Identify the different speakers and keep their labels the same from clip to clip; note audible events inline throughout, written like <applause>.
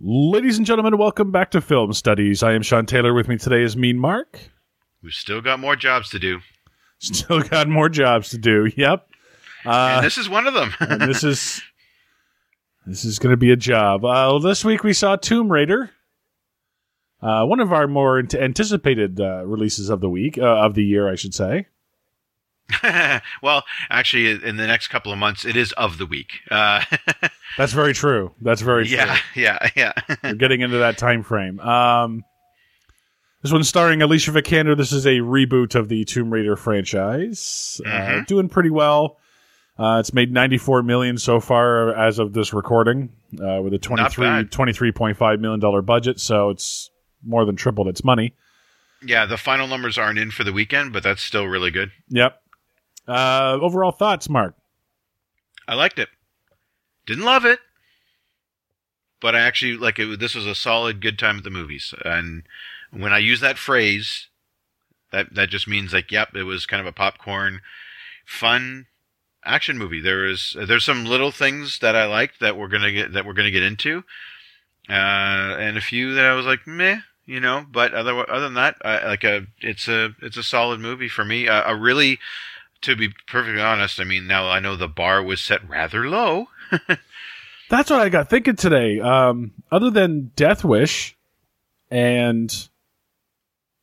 Speaker 1: Ladies and gentlemen, welcome back to Film Studies. I am Sean Taylor. With me today is Mean Mark. <laughs>
Speaker 2: We've still got more jobs to do.
Speaker 1: Still got more jobs to do. Yep.
Speaker 2: and
Speaker 1: Uh,
Speaker 2: this is one of them.
Speaker 1: <laughs>
Speaker 2: <laughs>
Speaker 1: and this is this is going to be a job. Uh, well, this week we saw Tomb Raider, uh, one of our more ant- anticipated uh, releases of the week uh, of the year, I should say.
Speaker 2: well, actually, in the next couple of months, it is of the week. Uh,
Speaker 1: That's very true. That's very true.
Speaker 2: <laughs> yeah, yeah, yeah, <laughs>
Speaker 1: We're getting into that time frame. Um, this one's starring Alicia Vikander. This is a reboot of the Tomb Raider franchise. Uh,
Speaker 2: Mhm.
Speaker 1: doing pretty well. Uh, it's made 94 million so far as of this recording, uh, with a 23,
Speaker 2: bad.
Speaker 1: 23.5 million dollar budget. So it's more than tripled its money.
Speaker 2: yeah. The final numbers aren't in for the weekend, but that's still really good.
Speaker 1: Yep. Uh, overall thoughts, Mark?
Speaker 2: I liked it. Didn't love it, but I actually like it. This was a solid good time at the movies. And when I use that phrase, that that just means like, yep, it was kind of a popcorn, fun action movie. There is there's some little things that I liked that we're gonna get that we're gonna get into, uh, and a few that I was like, meh. You know, but other other than that, I, like a it's a it's a solid movie for me. Uh, A, a really to be perfectly honest, I mean, now I know the bar was set rather low.
Speaker 1: That's what I got thinking today. Um, other than Death Wish and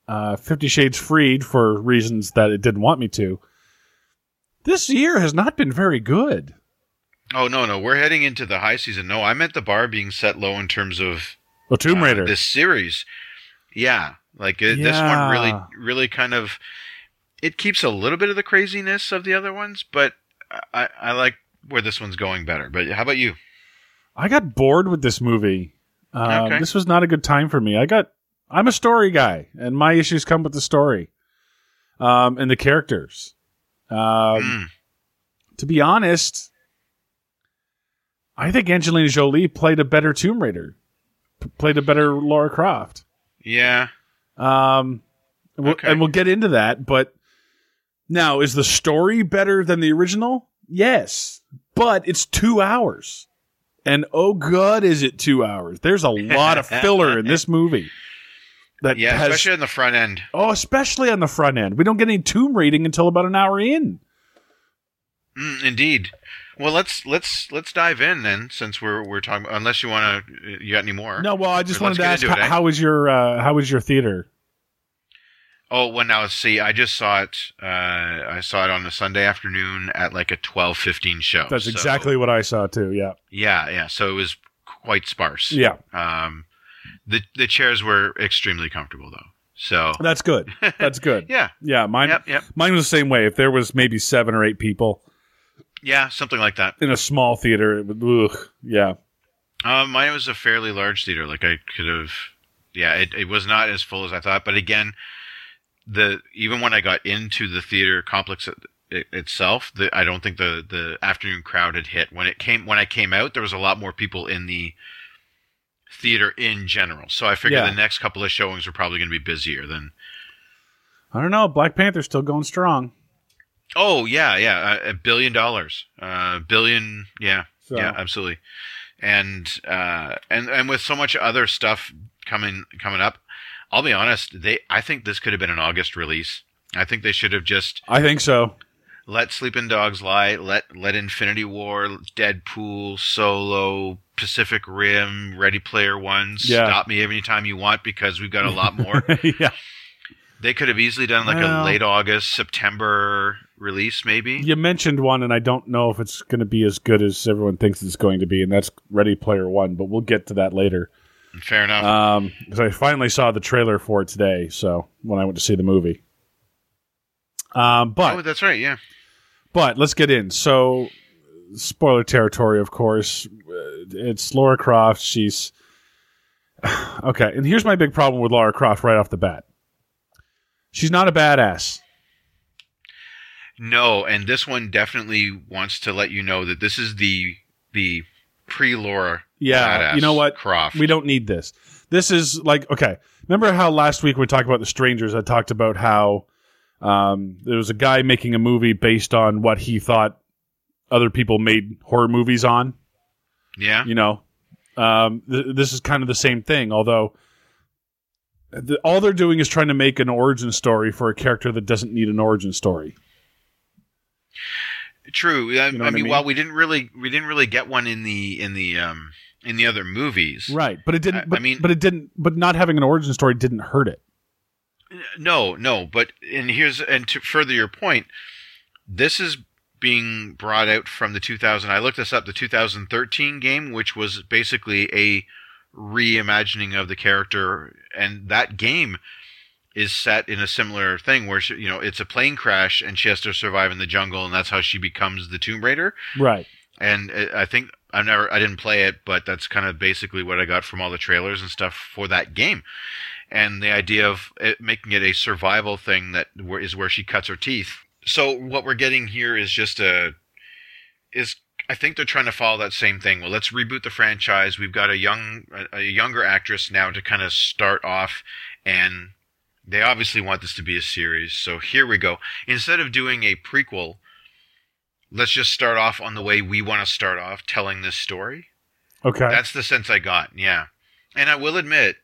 Speaker 1: uh, Fifty Shades Freed for reasons that it didn't want me to, this year has not been very good.
Speaker 2: Oh no, no, we're heading into the high season. No, I meant the bar being set low in terms of
Speaker 1: Oh, Tomb
Speaker 2: uh,
Speaker 1: Raider.
Speaker 2: this series. Yeah, like uh, this
Speaker 1: Yeah.
Speaker 2: one really, really kind of it keeps a little bit of the craziness of the other ones, but I, I like where this one's going better. But how about you?
Speaker 1: I got bored with this movie. Uh,
Speaker 2: Okay.
Speaker 1: This was not a good time for me. I got. I'm a story guy, and my issues come with the story, um, and the characters. Um,
Speaker 2: Mm.
Speaker 1: to be honest, I think Angelina Jolie played a better Tomb Raider, p- played a better Laura Croft.
Speaker 2: Yeah,
Speaker 1: Um, and we'll-
Speaker 2: Okay.
Speaker 1: and we'll get into that. But now, is the story better than the original? Yes, but it's two hours, and oh god, is it two hours? There's a lot of filler in this movie. That
Speaker 2: yeah,
Speaker 1: has
Speaker 2: especially on the front end.
Speaker 1: oh, especially on the front end. We don't get any tomb raiding until about an hour in.
Speaker 2: Mm, indeed. Well, let's let's let's dive in then, since we're we're talking. Unless you want to, you got any more?
Speaker 1: No, well, I just
Speaker 2: Let's
Speaker 1: wanted to
Speaker 2: get
Speaker 1: ask
Speaker 2: into it,
Speaker 1: how,
Speaker 2: eh?
Speaker 1: how was your uh, how was your theater?
Speaker 2: Oh well, now see, I just saw it. Uh, I saw it on a Sunday afternoon at like a twelve fifteen show.
Speaker 1: That's
Speaker 2: Oh, So-
Speaker 1: exactly what I saw too. Yeah,
Speaker 2: Yeah, yeah. So it was quite sparse.
Speaker 1: yeah,
Speaker 2: Um, the the chairs were extremely comfortable though. So
Speaker 1: that's
Speaker 2: <laughs>
Speaker 1: good. That's good.
Speaker 2: yeah,
Speaker 1: Yeah, mine
Speaker 2: yep, yep,
Speaker 1: mine was the same way. If there was maybe seven or eight people
Speaker 2: yeah, something like that.
Speaker 1: in a small theater, it would ugh, yeah.
Speaker 2: Um, mine was a fairly large theater. Like I could have, yeah, it, it was not as full as I thought. But again, the even when I got into the theater complex it, it, itself, the, I don't think the the afternoon crowd had hit. When it came when I came out, there was a lot more people in the theater in general. So I figured
Speaker 1: Yeah.
Speaker 2: the next couple of showings were probably going to be busier than.
Speaker 1: I don't know. Black Panther's still going strong.
Speaker 2: Oh yeah, yeah, a, a billion dollars, uh, billion, yeah,
Speaker 1: So
Speaker 2: Yeah, absolutely. And uh, and and with so much other stuff coming coming up, I'll be honest. They, I think this could have been an August release. I think they should have just
Speaker 1: I think so. <laughs>
Speaker 2: let Sleeping Dogs lie, let let Infinity War, Deadpool, Solo, Pacific Rim, Ready Player One.
Speaker 1: Yeah.
Speaker 2: Stop me anytime you want because we've got a lot
Speaker 1: <laughs>
Speaker 2: more.
Speaker 1: yeah,
Speaker 2: they could have easily done like
Speaker 1: Well-
Speaker 2: a late August, September release, maybe.
Speaker 1: you mentioned one, and I don't know if it's going to be as good as everyone thinks it's going to be, and that's Ready Player One. But we'll get to that later.
Speaker 2: Fair enough.
Speaker 1: Um, because I finally saw the trailer for it today. So when I went to see the movie. Um, but
Speaker 2: oh, that's right. Yeah.
Speaker 1: But let's get in. So, spoiler territory, of course. Uh, It's Laura Croft. She's <sighs> okay. And here's my big problem with Laura Croft right off the bat. She's not a badass.
Speaker 2: No, and this one definitely wants to let you know that this is the the pre Laura.
Speaker 1: Yeah, you know what?
Speaker 2: Croft.
Speaker 1: We don't need this. This is like okay. Remember how last week we talked about the strangers? I talked about how um, there was a guy making a movie based on what he thought other people made horror movies on.
Speaker 2: yeah.
Speaker 1: you know Um, th- this is kind of the same thing, although the, all they're doing is trying to make an origin story for a character that doesn't need an origin story.
Speaker 2: True. I,
Speaker 1: know
Speaker 2: I
Speaker 1: what I
Speaker 2: mean,
Speaker 1: mean?
Speaker 2: while we didn't really we didn't really get one in the in the um in the other movies.
Speaker 1: Right, but it
Speaker 2: I- I
Speaker 1: didn't. But,
Speaker 2: mean-
Speaker 1: but it didn't. But not having an origin story didn't hurt it.
Speaker 2: No, no, but and here's and to further your point, this is being brought out from the 2000. I looked this up, the 2013 game, which was basically a reimagining of the character, and that game is set in a similar thing where she, you know it's a plane crash and she has to survive in the jungle, and that's how she becomes the Tomb Raider.
Speaker 1: Right.
Speaker 2: And uh, I think I never I didn't play it, but that's kind of basically what I got from all the trailers and stuff for that game. And the idea of it, making it a survival thing that where, is where she cuts her teeth. So what we're getting here is just a is I think they're trying to follow that same thing. Well, let's reboot the franchise. We've got a young a, a younger actress now to kind of start off and they obviously want this to be a series. So here we go. Instead of doing a prequel, let's just start off on the way we want to start off telling this story.
Speaker 1: Okay.
Speaker 2: That's the sense I got. Yeah, and I will admit,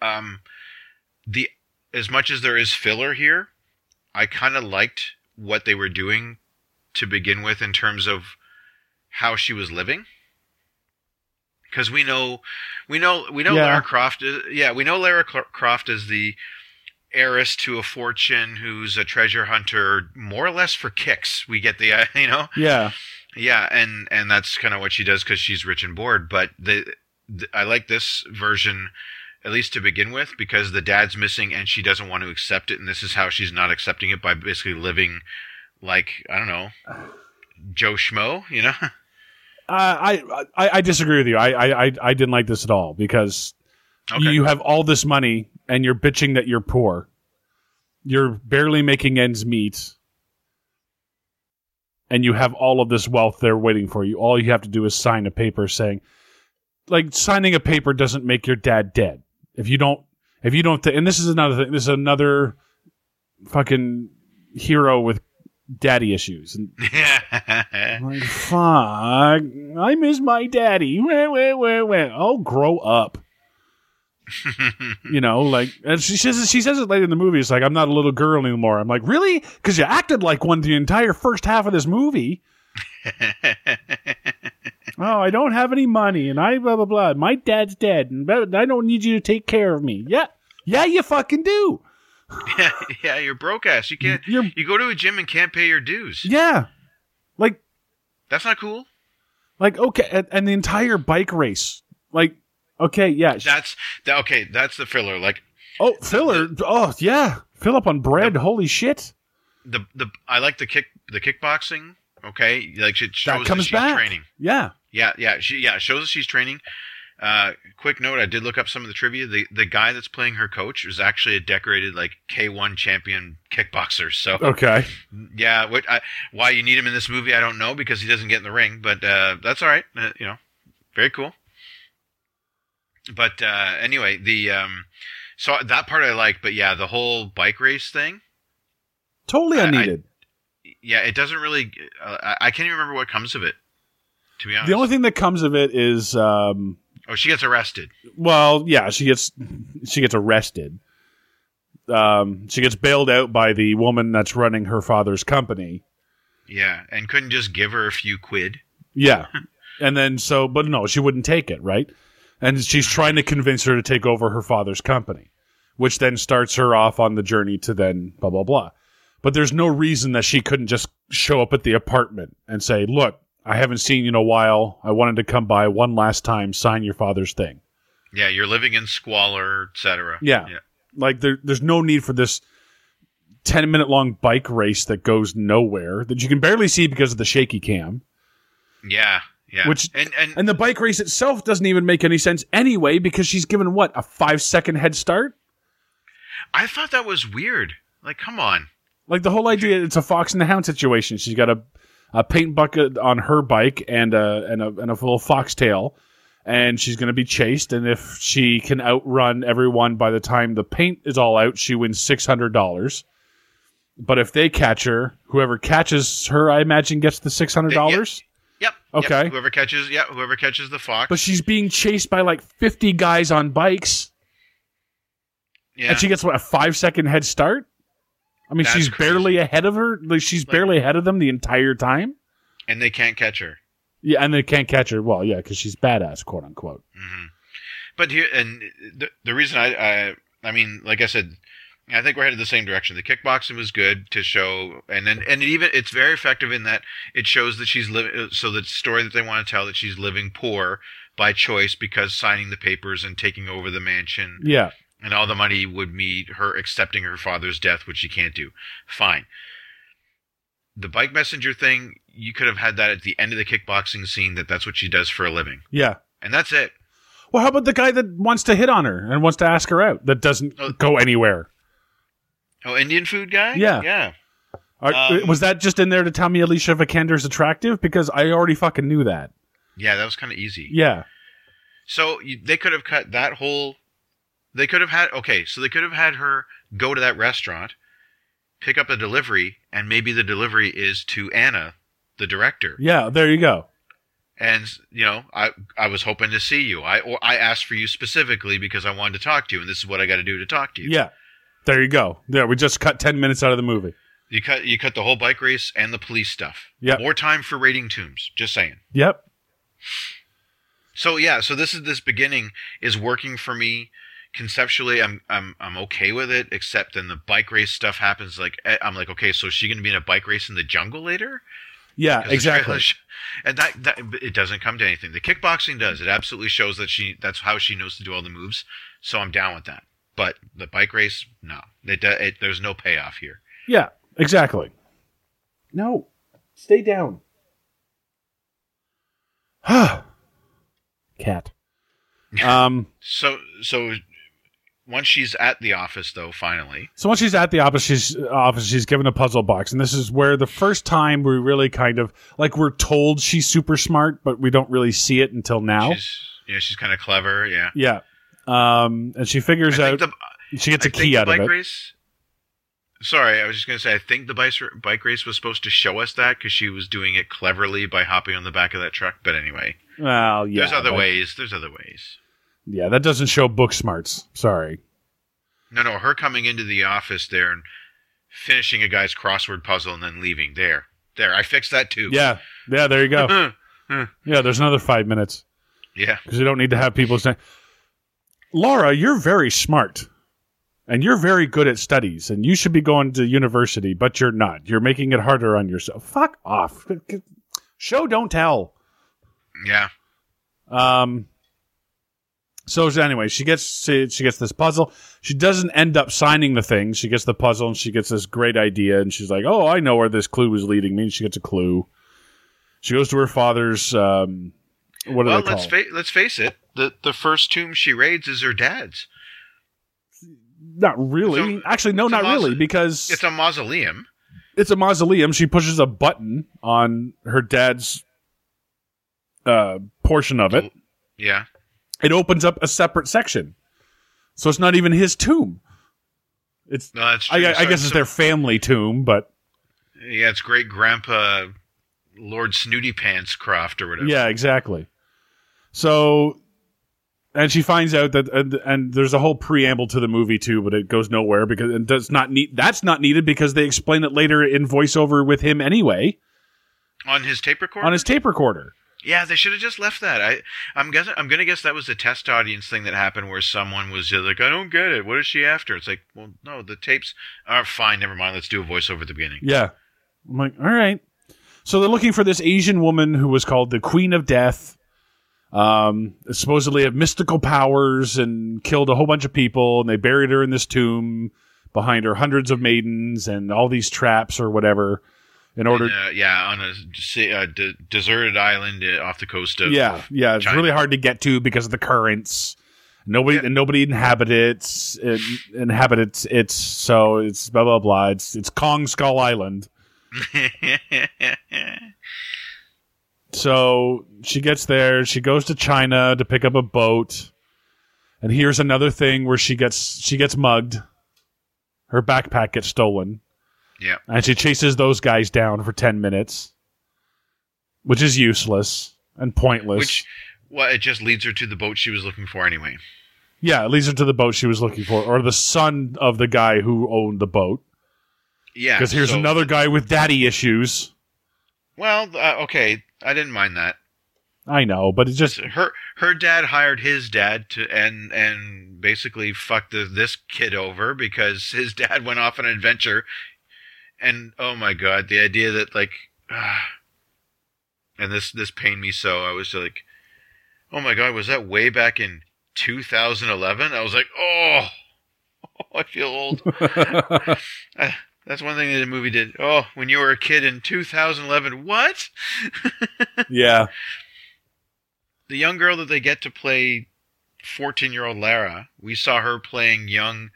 Speaker 2: um, the as much as there is filler here, I kind of liked what they were doing to begin with in terms of how she was living. Because we know, we know, we know
Speaker 1: Yeah.
Speaker 2: Lara Croft. Is, yeah, we know Lara Cro- Croft is the heiress to a fortune who's a treasure hunter, more or less for kicks. We get the, <laughs> uh, you know,
Speaker 1: yeah.
Speaker 2: yeah, and and that's kind of what she does because she's rich and bored. But the, the I like this version, at least to begin with, because the dad's missing and she doesn't want to accept it, and this is how she's not accepting it by basically living like I don't know, Joe Schmo, you know? <laughs>
Speaker 1: Uh, I, I I disagree with you. I, I I- I didn't like this at all because
Speaker 2: Okay,
Speaker 1: you have all this money and you're bitching that you're poor. You're barely making ends meet. And you have all of this wealth there waiting for you. All you have to do is sign a paper saying like signing a paper doesn't make your dad dead. If you don't if you don't and this is another thing this is another fucking hero with daddy issues and
Speaker 2: yeah,
Speaker 1: like, fuck, I miss my daddy. Wah, wah, wah, wah. I'll grow up. You know, like, and she says she says it later in the movie. It's like I'm not a little girl anymore. I'm like, really? Because you acted like one the entire first half of this movie. Oh, I don't have any money, and I blah blah blah. My dad's dead, and blah- I don't need you to take care of me. Yeah, yeah, you fucking do.
Speaker 2: <laughs> yeah. You're broke ass. You can't.
Speaker 1: You're
Speaker 2: You go to a gym and can't pay your dues.
Speaker 1: yeah, like
Speaker 2: That's not cool.
Speaker 1: like okay, and, and the entire bike race. Like okay, yeah. sh-
Speaker 2: That's that. Okay, that's the filler. Like
Speaker 1: oh, filler. Oh yeah, fill up on bread. Holy shit.
Speaker 2: the the I like the kick the kickboxing. Okay, like it shows
Speaker 1: that
Speaker 2: that,
Speaker 1: comes
Speaker 2: she's
Speaker 1: back.
Speaker 2: training.
Speaker 1: Yeah.
Speaker 2: Yeah, yeah, she yeah it shows that she's training. Uh, quick note: I did look up some of the trivia. The the guy that's playing her coach is actually a decorated like K1 champion kickboxer. So
Speaker 1: Okay.
Speaker 2: yeah, what I, why you need him in this movie, I don't know because he doesn't get in the ring. But uh, that's all right. Uh, you know, very cool. But uh, anyway, the um, so that part I like. But yeah, the whole bike race thing.
Speaker 1: Totally
Speaker 2: I- I-
Speaker 1: unneeded.
Speaker 2: yeah, it doesn't really. Uh, I- I can't even remember what comes of it. To be honest,
Speaker 1: the only thing that comes of it is, um,
Speaker 2: oh, she gets arrested.
Speaker 1: well, yeah, she gets she gets arrested. Um, she gets bailed out by the woman that's running her father's company.
Speaker 2: Yeah, and couldn't just give her a few quid.
Speaker 1: Yeah, and then so, but no, she wouldn't take it, right? And she's trying to convince her to take over her father's company, which then starts her off on the journey to then blah blah blah. But there's no reason that she couldn't just show up at the apartment and say, "Look, I haven't seen you in a while. I wanted to come by one last time, sign your father's thing."
Speaker 2: Yeah, you're living in squalor, etc.
Speaker 1: Yeah.
Speaker 2: yeah,
Speaker 1: Like there, there's no need for this ten minute long bike race that goes nowhere that you can barely see because of the shaky cam.
Speaker 2: yeah, yeah.
Speaker 1: Which-
Speaker 2: and and,
Speaker 1: And the bike race itself doesn't even make any sense anyway because she's given what a five second head start.
Speaker 2: I thought that was weird. Like, come on.
Speaker 1: Like the whole idea, it's a fox and the hound situation. She's got a a paint bucket on her bike and a and a and a little foxtail, and she's going to be chased. And if she can outrun everyone by the time the paint is all out, she wins six hundred dollars. But if they catch her, whoever catches her, I imagine gets the six hundred dollars.
Speaker 2: Yep, Yep,
Speaker 1: Okay.
Speaker 2: whoever catches, yeah, whoever catches the fox.
Speaker 1: But she's being chased by like 50 guys on bikes,
Speaker 2: yeah.
Speaker 1: and she gets what a five second head start. I mean,
Speaker 2: That's
Speaker 1: she's
Speaker 2: crazy.
Speaker 1: barely ahead of her. Like, she's
Speaker 2: Like-
Speaker 1: barely ahead of them the entire time.
Speaker 2: and they can't catch her.
Speaker 1: Yeah, and they can't catch her. Well, yeah, because she's badass, quote unquote.
Speaker 2: hmm But here, and the, the reason I, I, I mean, like I said, I think we're headed the same direction. The kickboxing was good to show, and then, and it even it's very effective in that it shows that she's living. So the story that they want to tell that she's living poor by choice because signing the papers and taking over the mansion
Speaker 1: Yeah,
Speaker 2: and all the money would be her accepting her father's death, which she can't do. Fine. The bike messenger thing, you could have had that at the end of the kickboxing scene that that's what she does for a living.
Speaker 1: yeah.
Speaker 2: And that's it.
Speaker 1: Well, how about the guy that wants to hit on her and wants to ask her out that doesn't
Speaker 2: Oh.
Speaker 1: go anywhere?
Speaker 2: Oh, Indian food guy?
Speaker 1: Yeah.
Speaker 2: Yeah.
Speaker 1: Are,
Speaker 2: Um,
Speaker 1: was that just in there to tell me Alicia Vikander's attractive? Because I already fucking knew that.
Speaker 2: Yeah, that was kind of easy.
Speaker 1: Yeah.
Speaker 2: So you, they could have cut that whole. They could have had. Okay, so they could have had her go to that restaurant, pick up a delivery, and maybe the delivery is to Anna, the director.
Speaker 1: Yeah, there you go.
Speaker 2: and you know i i was hoping to see you i or i asked for you specifically because i wanted to talk to you and this is what i got to do to talk to you
Speaker 1: Yeah. There you go. Yeah, we just cut 10 minutes out of the movie.
Speaker 2: you cut you cut the whole bike race and the police stuff
Speaker 1: Yep.
Speaker 2: more time for raiding tombs just saying
Speaker 1: Yep.
Speaker 2: so yeah so this is this beginning is working for me conceptually i'm i'm i'm okay with it except then the bike race stuff happens like eh, i'm like okay so is she going to be in a bike race in the jungle later
Speaker 1: Yeah,
Speaker 2: 'Cause the
Speaker 1: Uh,
Speaker 2: uh,
Speaker 1: exactly.
Speaker 2: trailer sh- <laughs> and that, that it doesn't come to anything the kickboxing does it absolutely shows that she that's how she knows to do all the moves so i'm down with that but the bike race no it, do- it, there's no payoff here
Speaker 1: Yeah, exactly. No. Stay down. <sighs> Cat. Um
Speaker 2: so so once she's at the office though finally
Speaker 1: So once she's at the office, she's office, she's given a puzzle box, and this is where the first time we really kind of like we're told she's super smart, but we don't really see it until now.
Speaker 2: she's yeah she's kind of clever yeah
Speaker 1: yeah, um, and she figures
Speaker 2: I
Speaker 1: out
Speaker 2: think the,
Speaker 1: she gets
Speaker 2: I
Speaker 1: a
Speaker 2: think
Speaker 1: key
Speaker 2: the
Speaker 1: out of
Speaker 2: bike
Speaker 1: it.
Speaker 2: race sorry i was just going to say i think the bike, r- bike race was supposed to show us that because she was doing it cleverly by hopping on the back of that truck but anyway
Speaker 1: Well, yeah,
Speaker 2: there's other
Speaker 1: that-
Speaker 2: ways there's other ways
Speaker 1: Yeah, that doesn't show book smarts. Sorry.
Speaker 2: No, no, her coming into the office there and finishing a guy's crossword puzzle and then leaving. There. There. I fixed that too. <laughs>
Speaker 1: Yeah, yeah. There you go.
Speaker 2: Huh.
Speaker 1: Yeah, there's another five minutes
Speaker 2: yeah.
Speaker 1: because you don't need to have people saying, "Laura, you're very smart." And you're very good at studies, and you should be going to university, but you're not. You're making it harder on yourself. Fuck off. Show, don't tell.
Speaker 2: Yeah.
Speaker 1: Um. So anyway, she gets she, she gets this puzzle. She doesn't end up signing the thing. She gets the puzzle and she gets this great idea, and she's like, "Oh, I know where this clue is leading me." And she gets a clue. She goes to her father's. Um, what do
Speaker 2: Well,
Speaker 1: they call?
Speaker 2: let's
Speaker 1: it?
Speaker 2: fa- let's face it. The the first tomb she raids is her dad's.
Speaker 1: not really.
Speaker 2: So-
Speaker 1: Actually, no,
Speaker 2: it's a
Speaker 1: not
Speaker 2: mauso-
Speaker 1: really, because
Speaker 2: It's a mausoleum.
Speaker 1: it's a mausoleum. She pushes a button on her dad's uh, portion of it.
Speaker 2: Yeah.
Speaker 1: It opens up a separate section, so it's not even his tomb. It's
Speaker 2: No, that's true.
Speaker 1: I, I
Speaker 2: So
Speaker 1: guess it's their family tomb, but
Speaker 2: Yeah, it's great grandpa Lord Snooty Pants Croft or whatever.
Speaker 1: yeah, exactly. So, and she finds out that, and, and there's a whole preamble to the movie too, but it goes nowhere because it does not need. That's not needed because they explain it later in voiceover with him anyway
Speaker 2: On his tape recorder?
Speaker 1: on his tape recorder.
Speaker 2: Yeah, they should have just left that. I, I'm guessing. I'm gonna guess that was a test audience thing that happened where someone was just like, "I don't get it. What is she after?" It's like, well, no, the tapes are fine. Never mind. Let's do a voiceover at the beginning.
Speaker 1: Yeah, I'm like, all right. So they're looking for this Asian woman who was called the Queen of Death. Um, supposedly have mystical powers and killed a whole bunch of people, and they buried her in this tomb behind her hundreds of maidens and all these traps or whatever in order.
Speaker 2: Uh, yeah, on a se- uh, de- deserted island uh, off the coast of.
Speaker 1: yeah, yeah, it's
Speaker 2: China.
Speaker 1: really hard to get to because of the currents. Nobody
Speaker 2: Yeah.
Speaker 1: and nobody inhabits it, inhabits it, so it's blah blah blah. It's it's Kong Skull Island. So she gets there. She goes to China to pick up a boat, and here's another thing where she gets she gets mugged. Her backpack gets stolen,
Speaker 2: <laughs> yeah.
Speaker 1: and she chases those guys down for ten minutes. which is useless and pointless.
Speaker 2: Which, well, it just leads her to the boat she was looking for anyway.
Speaker 1: yeah, it leads her to the boat she was looking for, or the son of the guy who owned the boat.
Speaker 2: Yeah.
Speaker 1: Because here's
Speaker 2: so-
Speaker 1: another guy with daddy issues.
Speaker 2: Well, uh, okay, I didn't mind that.
Speaker 1: I know, but it
Speaker 2: <laughs>
Speaker 1: just <laughs>
Speaker 2: Her her dad hired his dad to and and basically fucked the, this kid over because <laughs> his dad went off on an adventure, and oh my god, the idea that like, <sighs> ah, and this this pained me so. I was like, oh my god, was that way back in 2011? I was like, oh, <laughs> I feel old. I, that's one thing that the movie did. Oh, when you were a kid in 2011, what?
Speaker 1: yeah,
Speaker 2: the young girl that they get to play 14 year old Lara, we saw her playing young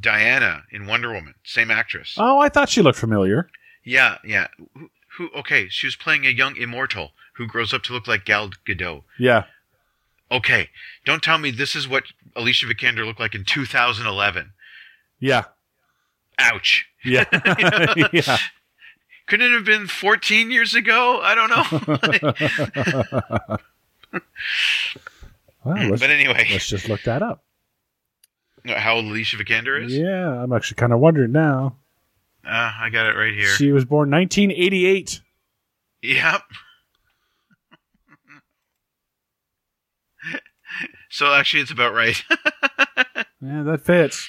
Speaker 2: Diana in Wonder Woman, same actress.
Speaker 1: Oh, I thought she looked familiar.
Speaker 2: Yeah, yeah. Who, who okay, she was playing a young immortal who grows up to look like Gal Gadot.
Speaker 1: Yeah,
Speaker 2: Okay, don't tell me this is what Alicia Vikander looked like in 2011.
Speaker 1: yeah,
Speaker 2: Ouch. <laughs>
Speaker 1: yeah, <laughs> yeah.
Speaker 2: Couldn't it have been 14 years ago?
Speaker 1: <laughs>
Speaker 2: I don't know. <laughs>
Speaker 1: Well, let's,
Speaker 2: Hmm, but <laughs> anyway,
Speaker 1: let's just look that up.
Speaker 2: how old Alicia Vikander is?
Speaker 1: Yeah, I'm actually kind of wondering now.
Speaker 2: Uh, I got it right here.
Speaker 1: She was born 1988.
Speaker 2: Yep. so actually, it's about right. <laughs>
Speaker 1: Yeah, that fits.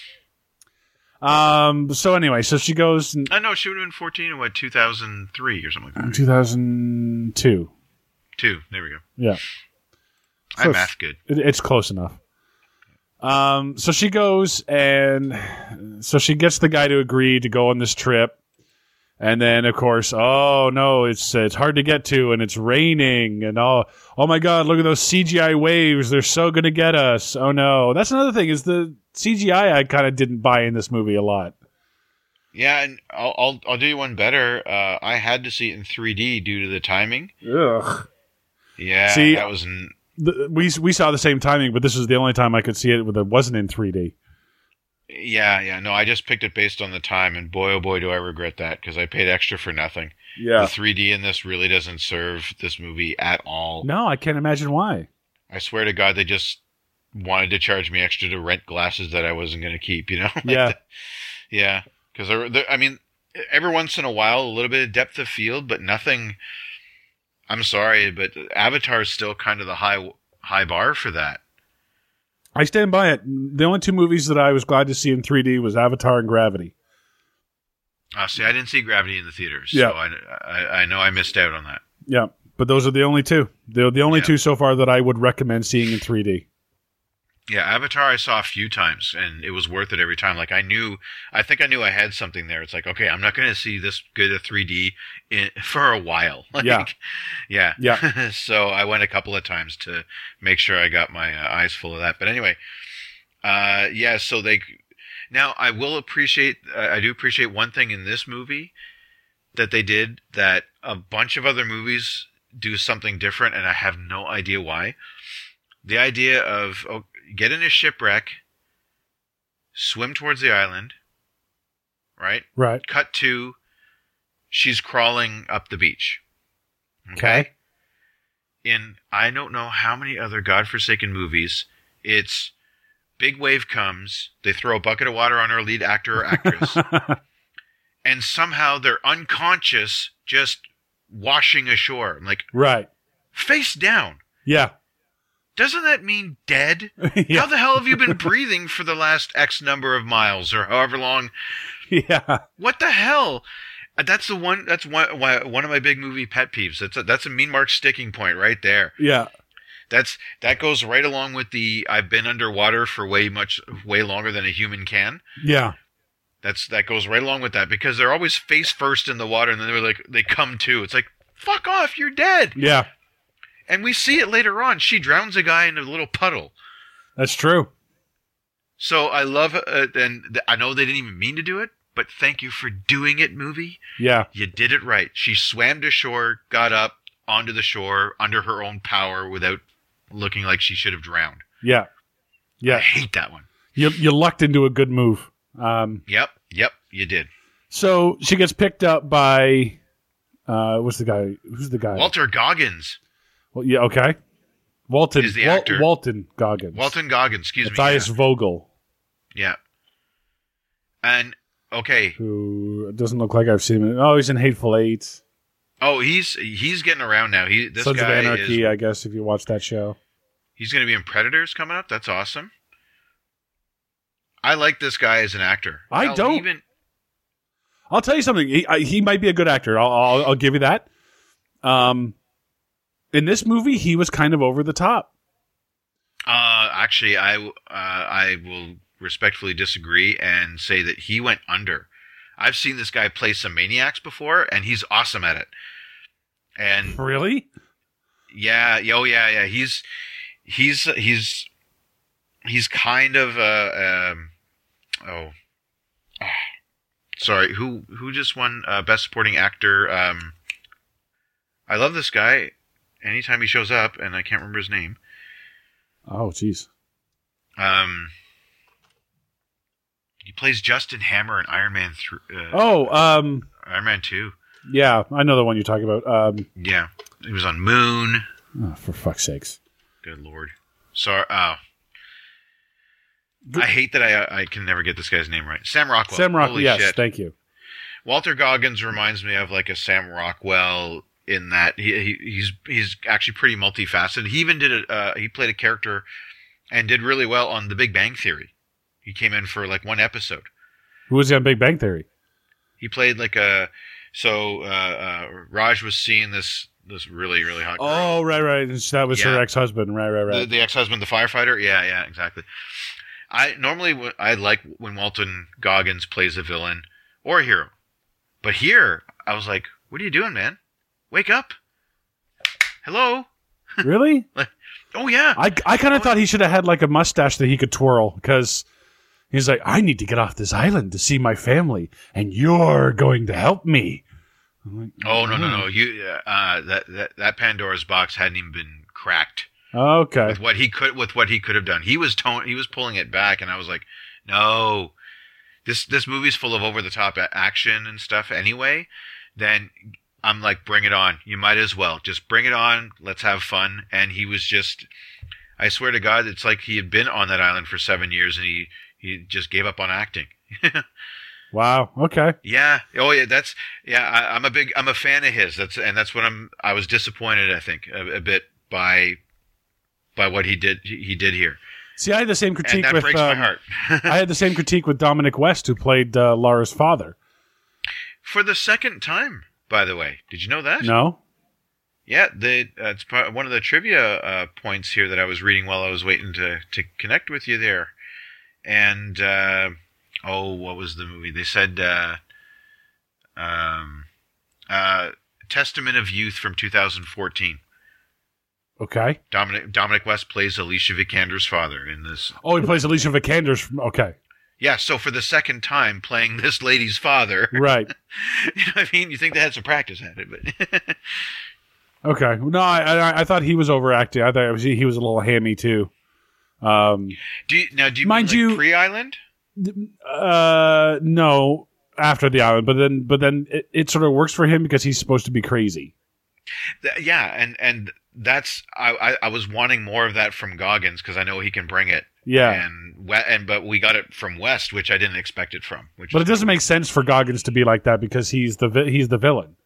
Speaker 1: Um. So anyway, so she goes in
Speaker 2: I know she would have been 14 in what 2003 or something like that.
Speaker 1: 2002.
Speaker 2: Two. There we go.
Speaker 1: Yeah.
Speaker 2: I
Speaker 1: Close.
Speaker 2: math good.
Speaker 1: It, it's close enough. Um, so she goes and so she gets the guy to agree to go on this trip. And then of course, oh no, it's it's hard to get to and it's raining and oh oh my god, look at those CGI waves. They're so going to get us. Oh no. That's another thing is the CGI I kind of didn't buy in this movie a lot.
Speaker 2: Yeah, and I'll I'll, I'll do you one better. Uh, I had to see it in 3D due to the timing.
Speaker 1: Ugh.
Speaker 2: Yeah,
Speaker 1: See-
Speaker 2: that was. n-
Speaker 1: The, we we saw the same timing, but this is the only time I could see it that wasn't in 3D.
Speaker 2: Yeah, yeah. No, I just picked it based on the time, and boy, oh boy, do I regret that because I paid extra for nothing.
Speaker 1: Yeah.
Speaker 2: The 3D in this really doesn't serve this movie at all.
Speaker 1: No, I can't imagine why.
Speaker 2: I swear to God, they just wanted to charge me extra to rent glasses that I wasn't going to keep. You know? <laughs> Like
Speaker 1: Yeah.
Speaker 2: that- yeah. Because there, there, I mean, every once in a while, a little bit of depth of field, but nothing. I'm sorry, but Avatar is still kind of the high high bar for that.
Speaker 1: I stand by it. The only two movies that I was glad to see in 3D was Avatar and Gravity.
Speaker 2: Uh, see, I didn't see Gravity in the theaters,
Speaker 1: Yeah.
Speaker 2: so I, I, I know I missed out on that.
Speaker 1: Yeah, but those are the only two. They're the only
Speaker 2: Yeah.
Speaker 1: two so far that I would recommend seeing in 3D.
Speaker 2: Yeah, Avatar I saw a few times, and it was worth it every time. Like I knew, I think I knew I had something there. It's like, okay, I'm not going to see this good a 3D in, <laughs> for a while. Like,
Speaker 1: Yeah.
Speaker 2: yeah, <laughs>
Speaker 1: Yeah.
Speaker 2: so I went a couple of times to make sure I got my uh, eyes full of that. But anyway, uh, yeah. So they now I will appreciate. I I do appreciate one thing in this movie that they did that a bunch of other movies do something different, and I have no idea why. The idea of oh, get in a shipwreck, swim towards the island, right?
Speaker 1: Right.
Speaker 2: Cut to she's crawling up the beach.
Speaker 1: Okay.
Speaker 2: In I don't know how many other godforsaken movies, it's big wave comes, they throw a bucket of water on her lead actor
Speaker 1: <laughs>
Speaker 2: or actress, and somehow they're unconscious, just washing ashore. I'm like,
Speaker 1: <laughs> right.
Speaker 2: face down.
Speaker 1: Yeah. <laughs>
Speaker 2: Doesn't that mean dead? How
Speaker 1: yeah.
Speaker 2: the hell have you been breathing for the last X number of miles or however long?
Speaker 1: <laughs> Yeah.
Speaker 2: What the hell? Uh, That's the one. That's one. why- One of my big movie pet peeves. That's a, that's a mean mark sticking point right there.
Speaker 1: Yeah.
Speaker 2: That's that goes right along with the I've been underwater for way much way longer than a human can.
Speaker 1: Yeah.
Speaker 2: That's that goes right along with that because they're always face first in the water and then they're like they come to. It's like fuck off, you're dead.
Speaker 1: Yeah.
Speaker 2: And we see it later on. She drowns a guy in a little puddle.
Speaker 1: That's true.
Speaker 2: So I love, uh, and th- I know they didn't even mean to do it, but thank you for doing it, movie.
Speaker 1: Yeah.
Speaker 2: You did it right. She swam to shore, got up onto the shore under her own power without looking like she should have drowned.
Speaker 1: Yeah.
Speaker 2: I
Speaker 1: Yeah.
Speaker 2: hate that one.
Speaker 1: You you lucked into a good move. Um.
Speaker 2: Yep, yep, you did.
Speaker 1: So she gets picked up by Uh, what's the guy? Who's the guy?
Speaker 2: Walter Goggins.
Speaker 1: Well, yeah, okay. Walton.
Speaker 2: Is the
Speaker 1: Wal-
Speaker 2: actor.
Speaker 1: Walton Goggins.
Speaker 2: Walton Goggins, excuse
Speaker 1: Matthias
Speaker 2: me.
Speaker 1: Vogel,
Speaker 2: Yeah. yeah. And okay.
Speaker 1: who doesn't look like I've seen him. in- Oh, he's in Hateful Eight,
Speaker 2: Oh, he's he's getting around now. He this
Speaker 1: Sons of
Speaker 2: guy
Speaker 1: Anarchy.
Speaker 2: is
Speaker 1: I guess if you watch that show.
Speaker 2: he's going to be in Predators coming up. That's awesome. I like this guy as an actor.
Speaker 1: I
Speaker 2: Hell,
Speaker 1: don't.
Speaker 2: even
Speaker 1: I'll tell you something. He, I, he might be a good actor. I'll, I'll, I'll give you that. Um, in this movie, he was kind of over the top.
Speaker 2: uh actually I uh, I will respectfully disagree and say that he went under. I've seen this guy play some maniacs before and he's awesome at it. And
Speaker 1: Really?
Speaker 2: Yeah, yeah, oh yeah, yeah. He's he's he's he's kind of uh um oh Ah. sorry, who who just won uh, best supporting actor um I love this guy anytime he shows up and I can't remember his name.
Speaker 1: Oh, jeez.
Speaker 2: Um he plays Justin Hammer in Iron Man th- uh,
Speaker 1: Oh, um,
Speaker 2: Iron Man 2.
Speaker 1: yeah, I know the one you're talking about. Um,
Speaker 2: Yeah. He was on Moon.
Speaker 1: oh, for fuck's sakes.
Speaker 2: Good lord. Sorry. Oh. I hate that I I can never get this guy's name right. Sam Rockwell.
Speaker 1: Sam Rock.
Speaker 2: Holy
Speaker 1: Yes,
Speaker 2: shit.
Speaker 1: thank you.
Speaker 2: Walter Goggins reminds me of like a Sam Rockwell in that he, he he's he's actually pretty multifaceted. He even did a uh, he played a character and did really well on The Big Bang Theory. He came in for like one episode.
Speaker 1: Who was he on Big Bang Theory?
Speaker 2: He played like a so uh, uh, Raj was seeing this this really really hot. girl.
Speaker 1: Oh, right, right. and so That was her
Speaker 2: Yeah.
Speaker 1: ex-husband. Right, right,
Speaker 2: The,
Speaker 1: right.
Speaker 2: the ex-husband, the firefighter. Yeah, yeah, exactly. I normally w- I like when Walton Goggins plays a villain or a hero, but here I was like, "What are you doing, man? Wake up! Hello!
Speaker 1: really?
Speaker 2: Oh yeah,
Speaker 1: I, I kind of thought he should have had like a mustache that he could twirl because he's like, I need to get off this island to see my family, and you're going to help me. I'm like,
Speaker 2: oh no, no, no! You uh, uh, that that that Pandora's box hadn't even been cracked
Speaker 1: "Oh, Okay.
Speaker 2: with what he could with what he could have done. He was tone he was pulling it back, and I was like, "No, this this movie's full of over the top action and stuff anyway." Then I'm like, "Bring it on! You might as well just bring it on. Let's have fun." And he was just, I swear to God, it's like he had been on that island for seven years, and he he just gave up on acting.
Speaker 1: Wow. Okay.
Speaker 2: Yeah. Oh, yeah. That's yeah. I, I'm a big. I'm a fan of his. That's and that's what I'm. I was disappointed. I think a, a bit by by what he did. He he did here.
Speaker 1: See, I had the same
Speaker 2: and
Speaker 1: critique
Speaker 2: that
Speaker 1: with
Speaker 2: breaks my
Speaker 1: um,
Speaker 2: heart.
Speaker 1: I had the same critique with Dominic West, who played uh, Lara's father.
Speaker 2: <laughs> For the second time, by the way, did you know that?
Speaker 1: No.
Speaker 2: Yeah, the uh, it's part, one of the trivia uh, points here that I was reading while I was waiting to to connect with you there, and uh, oh, what was the movie? They said, uh, um, uh, "Testament of Youth" from 2014.
Speaker 1: Okay.
Speaker 2: Dominic Dominic West plays Alicia Vikander's father in this.
Speaker 1: Oh, he plays Alicia Vikander's. From, okay.
Speaker 2: Yeah, so for the second time playing this lady's father. <laughs>
Speaker 1: Right.
Speaker 2: you know what I mean? You think they had some practice at it, but <laughs>
Speaker 1: Okay. No, I, I I thought he was overacting. I thought it was, he was a little hammy too. Um.
Speaker 2: do you, now do you
Speaker 1: Mind
Speaker 2: mean, like,
Speaker 1: you-
Speaker 2: pre-island?
Speaker 1: Uh. No. After the island, but then but then it, it sort of works for him because he's supposed to be crazy.
Speaker 2: Th- yeah, and and that's I, I I was wanting more of that from Goggins because I know he can bring it.
Speaker 1: Yeah.
Speaker 2: And we- and but we got it from West, which I didn't expect it from. Which
Speaker 1: But it
Speaker 2: is-
Speaker 1: doesn't make sense for Goggins to be like that because he's the vi- he's the villain.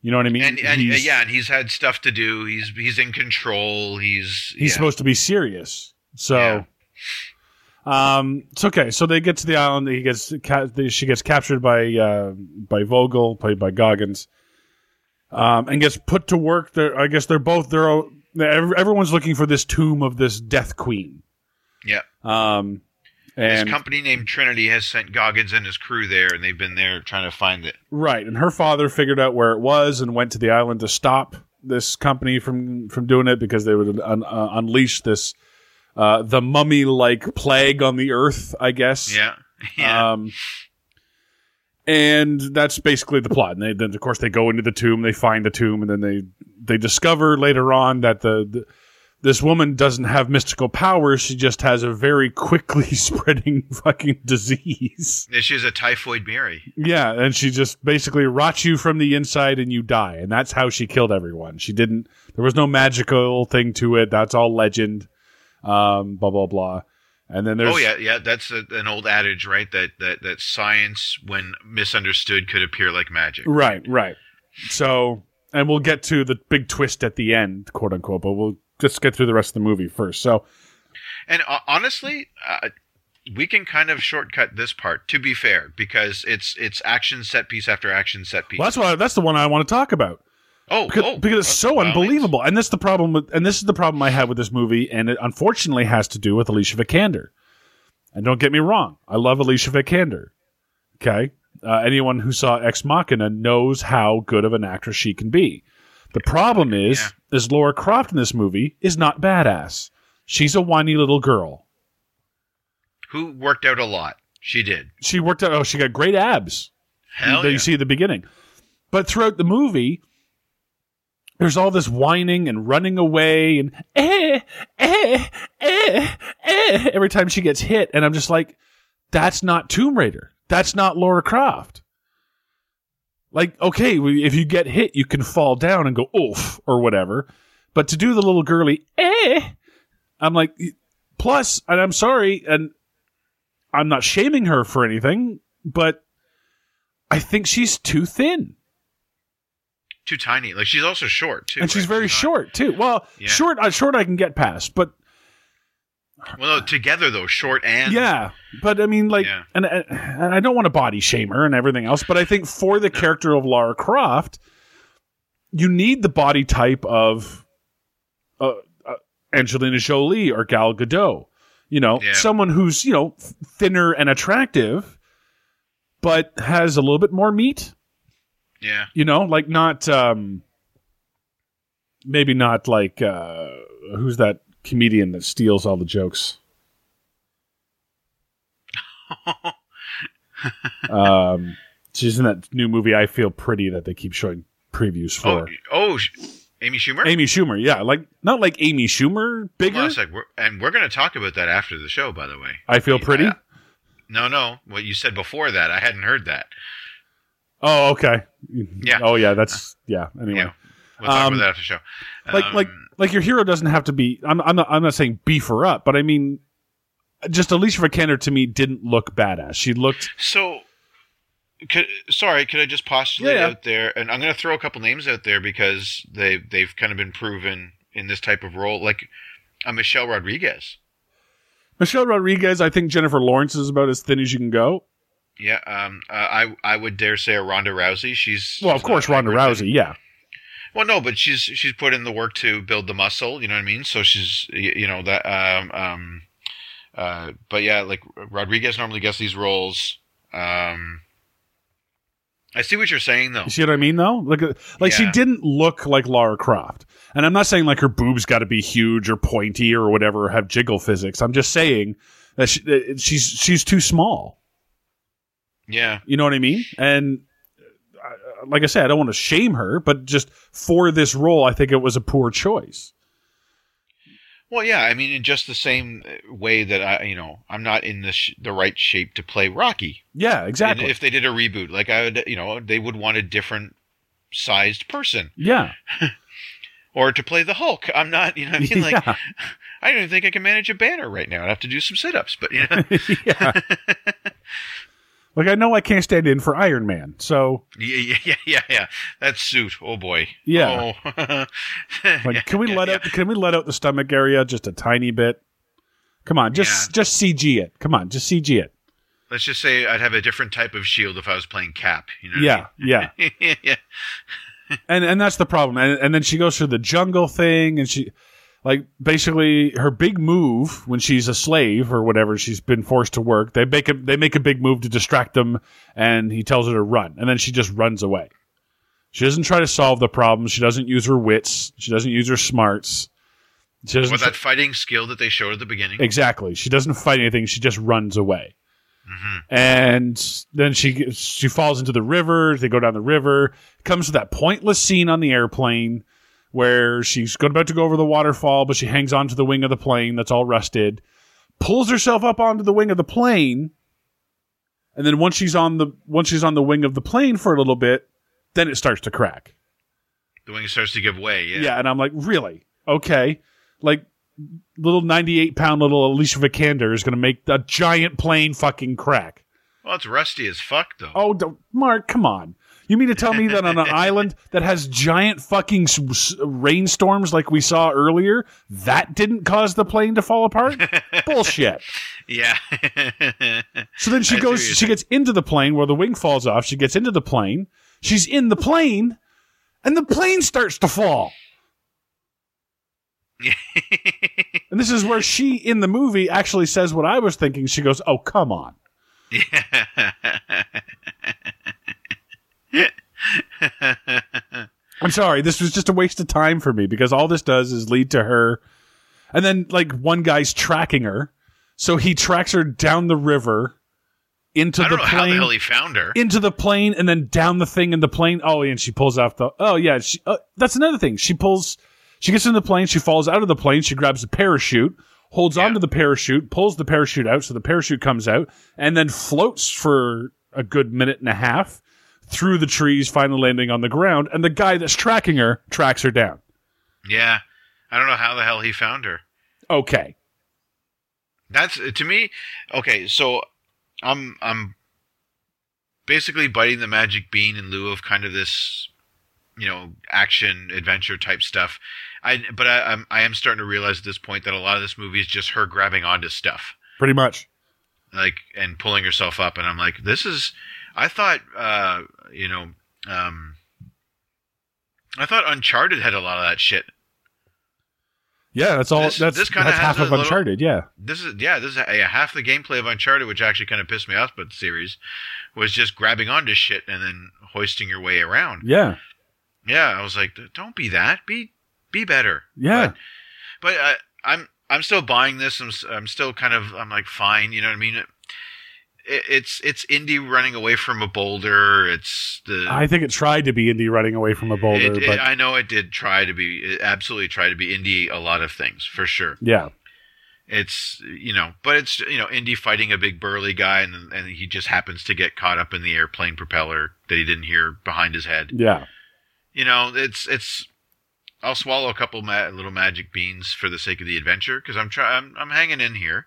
Speaker 1: You know what I mean?
Speaker 2: And, and
Speaker 1: He's-
Speaker 2: yeah, and he's had stuff to do. He's he's in control. He's
Speaker 1: he's
Speaker 2: yeah.
Speaker 1: supposed to be serious. So, um, it's okay. So they get to the island. He gets ca- they- she gets captured by uh, by Vogel, played by Goggins, um, and gets put to work. They're, I guess they're both they're all- ev- everyone's looking for this tomb of this Death Queen.
Speaker 2: Yeah.
Speaker 1: Um,
Speaker 2: His
Speaker 1: and
Speaker 2: company named Trinity has sent Goggins and his crew there, and they've been there trying to find it.
Speaker 1: right, and her father figured out where it was and went to the island to stop this company from from doing it because they would un- uh, unleash this uh, the mummy like plague on the earth. I guess.
Speaker 2: Yeah, <laughs> yeah.
Speaker 1: Um, and that's basically the plot. And they, then, of course, they go into the tomb, they find the tomb, and then they they discover later on that the the, this woman doesn't have mystical powers. She just has a very quickly <laughs> spreading fucking disease.
Speaker 2: And she's a typhoid Mary.
Speaker 1: Yeah, and she just basically rots you from the inside and you die. And that's how she killed everyone. She didn't, there was no magical thing to it. That's all legend. Um, blah, blah, blah. And then there's.
Speaker 2: oh yeah, yeah. That's a, an old adage, right? That, that that science, when misunderstood, could appear like magic.
Speaker 1: Right, right. So, and we'll get to the big twist at the end, quote unquote, but we'll just get through the rest of the movie first. So,
Speaker 2: And uh, honestly, uh, we can kind of shortcut this part. To be fair, because it's it's action set piece after action set piece.
Speaker 1: well, that's why that's the one I want to talk about.
Speaker 2: oh,
Speaker 1: because,
Speaker 2: oh,
Speaker 1: because it's
Speaker 2: uh,
Speaker 1: so
Speaker 2: by all means.
Speaker 1: unbelievable. And that's the problem. With, and this is the problem I had with this movie, and it unfortunately has to do with Alicia Vikander. And don't get me wrong, I love Alicia Vikander. Okay, uh, anyone who saw Ex Machina knows how good of an actress she can be. The problem is, is Laura Croft in this movie is not badass. She's a whiny little girl.
Speaker 2: Who worked out a lot? She did.
Speaker 1: She worked out. Oh, she got great abs.
Speaker 2: Hell
Speaker 1: that
Speaker 2: yeah.
Speaker 1: you see at the beginning. But throughout the movie, there's all this whining and running away and eh, eh, eh, eh, every time she gets hit. And I'm just like, that's not Tomb Raider. That's not Laura Croft. Like, okay, we- if you get hit, you can fall down and go oof or whatever. But to do the little girly eh, I'm like, plus, and I'm sorry, and I'm not shaming her for anything, but I think she's too thin.
Speaker 2: Too tiny. Like she's also short too.
Speaker 1: and she's
Speaker 2: right?
Speaker 1: very
Speaker 2: not-
Speaker 1: short too. Well,
Speaker 2: Yeah.
Speaker 1: short uh, short I can get past, but
Speaker 2: Well, no, together though, short and
Speaker 1: yeah, but I mean like
Speaker 2: Yeah.
Speaker 1: and, and and I don't want to body shame her and everything else, but I think for the character of Lara Croft, you need the body type of uh, uh, Angelina Jolie or Gal Gadot. You know,
Speaker 2: Yeah.
Speaker 1: someone who's, you know, th- thinner and attractive but has a little bit more meat
Speaker 2: yeah.
Speaker 1: you know like not um maybe not like uh who's that comedian that steals all the
Speaker 2: <laughs>
Speaker 1: jokes um she's in that new movie i feel pretty that they keep showing previews
Speaker 2: Oh,
Speaker 1: for
Speaker 2: oh, sh- Amy Schumer.
Speaker 1: amy schumer yeah like not like amy schumer
Speaker 2: Hold on
Speaker 1: bigger
Speaker 2: a sec. We're, and we're going to talk about that after the show, by the way.
Speaker 1: i feel pretty
Speaker 2: Yeah. No, no. What you said before that, I hadn't heard that.
Speaker 1: oh okay
Speaker 2: Yeah.
Speaker 1: oh yeah that's yeah anyway
Speaker 2: Yeah. We'll talk
Speaker 1: Um,
Speaker 2: about that after the show.
Speaker 1: like
Speaker 2: Um,
Speaker 1: like like your hero doesn't have to be I'm I'm not I'm not saying beef her up, but I mean just Alicia Vikander to me didn't look badass. She looked
Speaker 2: So, could, sorry, could I just postulate
Speaker 1: Yeah, yeah.
Speaker 2: out there? And I'm going to throw a couple names out there because they they've kind of been proven in this type of role, like a Michelle Rodriguez.
Speaker 1: Michelle Rodriguez, I think Jennifer Lawrence is about as thin as you can go.
Speaker 2: Yeah, um, uh, I I would dare say a Ronda Rousey. She's
Speaker 1: Well, of
Speaker 2: she's
Speaker 1: course
Speaker 2: not-
Speaker 1: Ronda Rousey, yeah.
Speaker 2: Well, no, but she's she's put in the work to build the muscle. You know what I mean? So she's y- you know that um um, uh, but yeah, like Rodriguez normally gets these roles. Um, I see what you're saying though.
Speaker 1: You see what I mean though? Like uh, like she
Speaker 2: Yeah.
Speaker 1: didn't look like Lara Croft. And I'm not saying like her boobs got to be huge or pointy or whatever or have jiggle physics. I'm just saying that she, that she's she's too small.
Speaker 2: Yeah,
Speaker 1: You know what I mean? And uh, like I said, I don't want to shame her, but just for this role, I think it was a poor choice.
Speaker 2: Well, yeah, I mean, in just the same uh, way that I, you know, I'm not in the sh- the right shape to play Rocky.
Speaker 1: Yeah,
Speaker 2: And
Speaker 1: exactly.
Speaker 2: if they did a reboot, like I would, you know, they would want a different sized person
Speaker 1: yeah,
Speaker 2: or to play the Hulk. I'm not, you know, what I mean, like
Speaker 1: <laughs> yeah,
Speaker 2: I don't even think I can manage a banner right now. I'd have to do some sit ups, but you
Speaker 1: <laughs>
Speaker 2: know, <laughs>
Speaker 1: yeah. Like I know I can't stand in for Iron Man, so
Speaker 2: yeah, yeah, yeah, yeah, yeah. That suit, oh boy,
Speaker 1: Yeah.
Speaker 2: Oh.
Speaker 1: <laughs>
Speaker 2: <laughs>
Speaker 1: like,
Speaker 2: Yeah,
Speaker 1: can we
Speaker 2: yeah,
Speaker 1: let
Speaker 2: yeah.
Speaker 1: out? Can we let out the stomach area just a tiny bit? Come on, just just CG it. Come on, just CG it.
Speaker 2: Let's just say I'd have a different type of shield if I was playing Cap. You know, what I
Speaker 1: Yeah, yeah.
Speaker 2: mean? <laughs> yeah.
Speaker 1: and and that's the problem. And, and then she goes through the jungle thing, and she like basically her big move when she's a slave or whatever she's been forced to work. They make a they make a big move to distract them, and he tells her to run, and then she just runs away. She doesn't try to solve the problem. She doesn't use her wits. She doesn't use her smarts. She doesn't
Speaker 2: With that fighting skill that they showed at the beginning.
Speaker 1: exactly. She doesn't fight anything. She just runs away
Speaker 2: hmm
Speaker 1: and then she she falls into the river. They go down the river. It comes to that pointless scene on the airplane where she's go- about to go over the waterfall, but she hangs onto the wing of the plane that's all rusted, pulls herself up onto the wing of the plane, and then once she's on the once she's on the wing of the plane for a little bit, then it starts to crack.
Speaker 2: The wing starts to give way. Yeah.
Speaker 1: Yeah, and I'm like, really? Okay, like little 98 pound little Alicia Vikander is going to make a giant plane fucking crack.
Speaker 2: Well, it's rusty as fuck though.
Speaker 1: Oh, don't, Mark, come on. You mean to tell me that
Speaker 2: <laughs>
Speaker 1: on an island that has giant fucking s- s- rainstorms like we saw earlier, that didn't cause the plane to fall
Speaker 2: <laughs>
Speaker 1: apart? Bullshit.
Speaker 2: Yeah. <laughs>
Speaker 1: So then she
Speaker 2: I see
Speaker 1: goes,
Speaker 2: what you're
Speaker 1: she gets into the plane where the wing falls off. She gets into the plane. She's in the plane, and the plane starts to fall. And this is where she, in the movie, actually says what I was thinking. She goes, Oh, come on. I'm sorry, this was just a waste of time for me because all this does is lead to her. And then, like, one guy's tracking her. So he tracks her down the river into
Speaker 2: I
Speaker 1: the
Speaker 2: don't know how the
Speaker 1: plane,
Speaker 2: hell he found her.
Speaker 1: into the plane, and then down the thing in the plane. Oh, and she pulls off the. Oh, yeah. She, uh, that's another thing. She pulls, she gets in the plane, she falls out of the plane, she grabs a parachute, holds
Speaker 2: Yeah.
Speaker 1: onto the parachute, pulls the parachute out. So the parachute comes out and then floats for a good minute and a half through the trees, finally landing on the ground. And the guy that's tracking her tracks her down.
Speaker 2: Yeah. I don't know how the hell he found her.
Speaker 1: Okay.
Speaker 2: That's to me. Okay, so I'm I'm basically biting the magic bean in lieu of kind of this, you know, action adventure type stuff. I but I, I'm I am starting to realize at this point that a lot of this movie is just her grabbing onto stuff
Speaker 1: Pretty much.
Speaker 2: like and pulling herself up, and I'm like, this is. I thought, uh, you know, um, I thought Uncharted had a lot of that shit.
Speaker 1: Yeah, that's all.
Speaker 2: This-
Speaker 1: that's
Speaker 2: this kinda
Speaker 1: that's
Speaker 2: has
Speaker 1: half
Speaker 2: a
Speaker 1: of
Speaker 2: little-
Speaker 1: Uncharted. Yeah.
Speaker 2: this is yeah this is yeah, half the gameplay of uncharted which actually kind of pissed me off about the series was just grabbing onto shit and then hoisting your way around
Speaker 1: Yeah.
Speaker 2: yeah i was like don't be that be be better
Speaker 1: Yeah.
Speaker 2: but, but I, i'm i'm still buying this I'm, s- I'm still kind of i'm like fine you know what i mean it, it's it's indie running away from a boulder it's the
Speaker 1: I think it tried to be indie running away from a boulder,
Speaker 2: uh, it- it-
Speaker 1: but
Speaker 2: i know it did try to be it absolutely try to be indie a lot of things for sure
Speaker 1: yeah,
Speaker 2: it's you know but it's you know indy fighting a big burly guy and and he just happens to get caught up in the airplane propeller that he didn't hear behind his head
Speaker 1: yeah,
Speaker 2: you know it's it's i'll swallow a couple ma- little magic beans for the sake of the adventure because i'm trying I'm, I'm hanging in here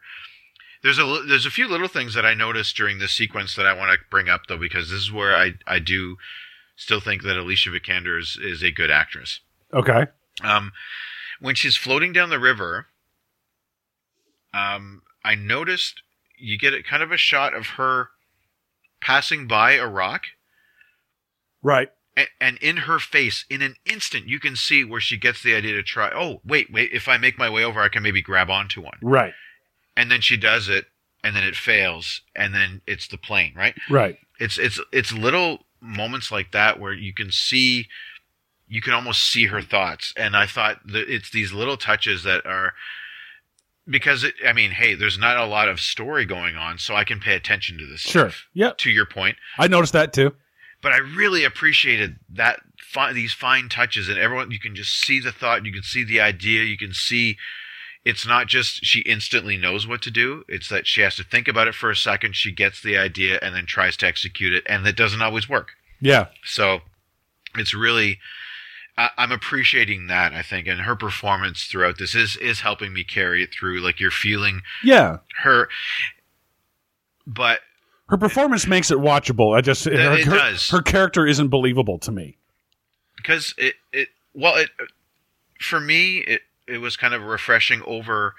Speaker 2: there's a li- there's a few little things that i noticed during this sequence that i want to bring up though because this is where i i do still think that alicia vikander is, is a good actress
Speaker 1: okay,
Speaker 2: um, when she's floating down the river, um, I noticed you get a, kind of a shot of her passing by a rock,
Speaker 1: right,
Speaker 2: and, and in her face, in an instant, you can see where she gets the idea to try. Oh, wait, wait! If I make my way over, I can maybe grab onto one.
Speaker 1: right,
Speaker 2: And then she does it, and then it fails, and then it's the plane, right?
Speaker 1: right,
Speaker 2: It's it's it's little moments like that where you can see you can almost see her thoughts and i thought that it's these little touches that are because it, i mean hey there's not a lot of story going on so i can pay attention to this
Speaker 1: sure,
Speaker 2: stuff,
Speaker 1: yep.
Speaker 2: to your point
Speaker 1: I noticed that too.
Speaker 2: but i really appreciated that fi- these fine touches and everyone you can just see the thought you can see the idea you can see it's not just she instantly knows what to do it's that she has to think about it for a second she gets the idea and then tries to execute it and that doesn't always work
Speaker 1: Yeah,
Speaker 2: so it's really I, I'm appreciating that I think, and her performance throughout this is is helping me carry it through. Like you're feeling
Speaker 1: yeah.
Speaker 2: her, but
Speaker 1: Her performance makes it watchable. I just her,
Speaker 2: it
Speaker 1: her,
Speaker 2: does.
Speaker 1: her character isn't believable to me.
Speaker 2: because it it well it for me it it was kind of refreshing over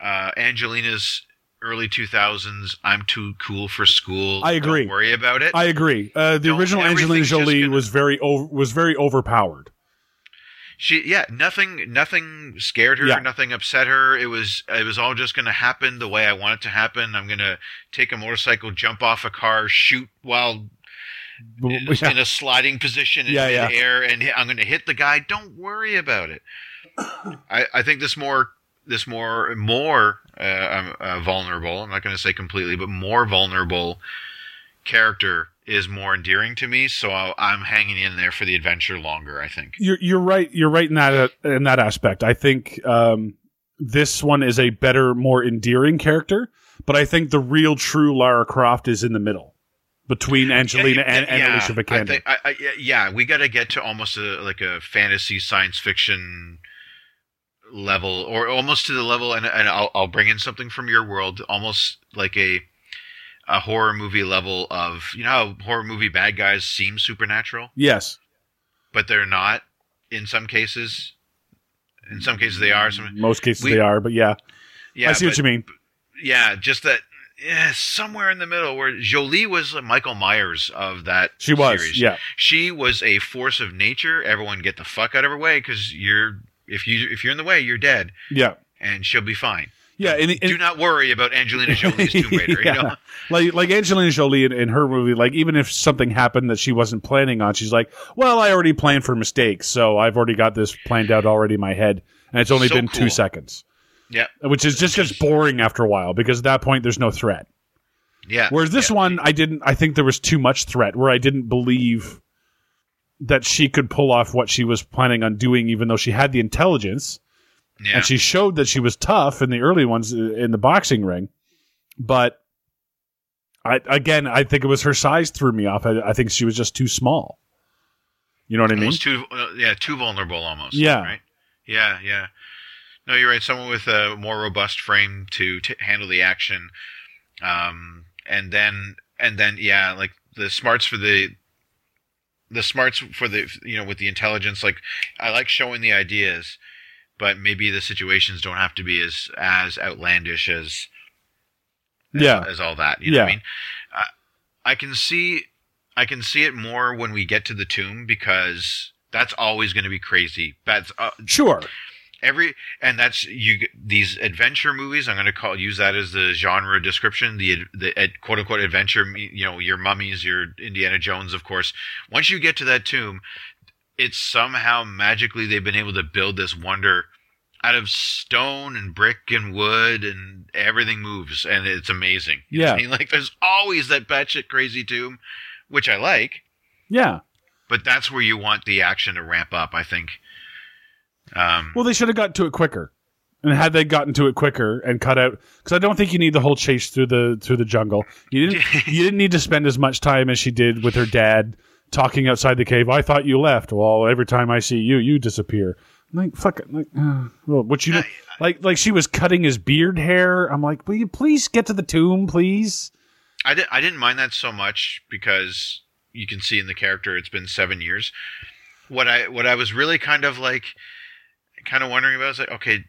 Speaker 2: uh, Angelina's early 2000s. I'm too cool for school.
Speaker 1: I agree.
Speaker 2: Don't worry about it.
Speaker 1: I agree. Uh, the
Speaker 2: No,
Speaker 1: original Angelina
Speaker 2: everything's just
Speaker 1: Jolie
Speaker 2: gonna-
Speaker 1: was very over, was very overpowered.
Speaker 2: she yeah nothing nothing scared her
Speaker 1: Yeah.
Speaker 2: nothing upset her it was it was all just going to happen the way i want it to happen i'm going to take a motorcycle jump off a car shoot while
Speaker 1: Yeah.
Speaker 2: in a sliding position in
Speaker 1: Yeah, yeah.
Speaker 2: the air and hit- i'm going to hit the guy don't worry about it i i think this more this more more uh, um, uh, vulnerable i'm not going to say completely but more vulnerable character is more endearing to me, so I'll, I'm hanging in there for the adventure longer. I think.
Speaker 1: You're you're right. You're right in that uh, in that aspect. I think um, this one is a better, more endearing character, but I think the real, true Lara Croft is in the middle between Angelina
Speaker 2: Yeah,
Speaker 1: and, and
Speaker 2: yeah,
Speaker 1: Alicia
Speaker 2: I
Speaker 1: Vikander.
Speaker 2: think, I, I, yeah, we got to get to almost a, like a fantasy science fiction level, or almost to the level, and, and I'll, I'll bring in something from your world, almost like a a horror movie level of you know how horror movie bad guys seem supernatural,
Speaker 1: yes.
Speaker 2: but they're not in some cases. In some cases, they are. Some,
Speaker 1: Most cases
Speaker 2: we-
Speaker 1: they are, but yeah,
Speaker 2: yeah,
Speaker 1: I see
Speaker 2: but-
Speaker 1: what you mean.
Speaker 2: Yeah, just that. Yeah, somewhere in the middle, where Jolie was Michael Myers of that.
Speaker 1: She was,
Speaker 2: series.
Speaker 1: yeah,
Speaker 2: she was a force of nature. Everyone get the fuck out of her way because you're if you if you're in the way, you're dead,
Speaker 1: yeah,
Speaker 2: and she'll be fine.
Speaker 1: yeah. And, and
Speaker 2: Do not worry about Angelina Jolie's Tomb Raider.
Speaker 1: <laughs> Yeah.
Speaker 2: You know?
Speaker 1: like like Angelina Jolie in, in her movie, like even if something happened that she wasn't planning on, she's like, "Well, I already planned for mistakes, so I've already got this planned out already in my head, and it's only
Speaker 2: So
Speaker 1: been two
Speaker 2: cool.
Speaker 1: seconds."
Speaker 2: Yeah.
Speaker 1: which is just gets boring after a while because at that point there's no threat.
Speaker 2: Yeah,
Speaker 1: Whereas this
Speaker 2: yeah.
Speaker 1: one, I didn't. I think there was too much threat where I didn't believe that she could pull off what she was planning on doing, even though she had the intelligence
Speaker 2: yeah.
Speaker 1: and she showed that she was tough in the early ones uh, in the boxing ring. But I again, I think it was her size threw me off. I, I think she was just too small. You know what I mean?
Speaker 2: almost too uh, yeah too vulnerable almost.
Speaker 1: Yeah.
Speaker 2: right. Yeah, yeah. No, you're right. Someone with a more robust frame to t- handle the action, um, and then and then yeah, like the smarts for the the smarts for the you know with the intelligence. Like I like showing the ideas, but maybe the situations don't have to be as as outlandish as as-
Speaker 1: Yeah.
Speaker 2: as all that. You know what I
Speaker 1: Yeah.
Speaker 2: mean? I, I can see I can see it more when we get to the tomb because that's always going to be crazy. That's uh,
Speaker 1: Sure.
Speaker 2: every and that's you g- these adventure movies. I'm going to call use that as the genre description. The ad- the ad, quote unquote adventure. me- You know your mummies, your Indiana Jones, of course. Once you get to that tomb, it's somehow magically they've been able to build this wonder out of stone and brick and wood and everything moves and it's amazing. You know
Speaker 1: Yeah.
Speaker 2: what I mean? like there's always that batshit crazy tomb, which I like
Speaker 1: Yeah.
Speaker 2: but that's where you want the action to ramp up, I think. Um,
Speaker 1: Well, they should have gotten to it quicker. And had they gotten to it quicker and cut out, because I don't think you need the whole chase through the through the jungle. You
Speaker 2: <laughs>
Speaker 1: didn't you didn't need to spend as much time as she did with her dad talking outside the cave. I thought you left. Well, every time I see you, you disappear. I'm Like fuck it. Like, uh, well, what you
Speaker 2: <laughs> I-
Speaker 1: do- like like she was cutting his beard hair. I'm like, will you please get to the tomb, please?
Speaker 2: I, di- I didn't mind that so much because you can see in the character it's been seven years. What I what I was really kind of like, kind of wondering about is like, okay,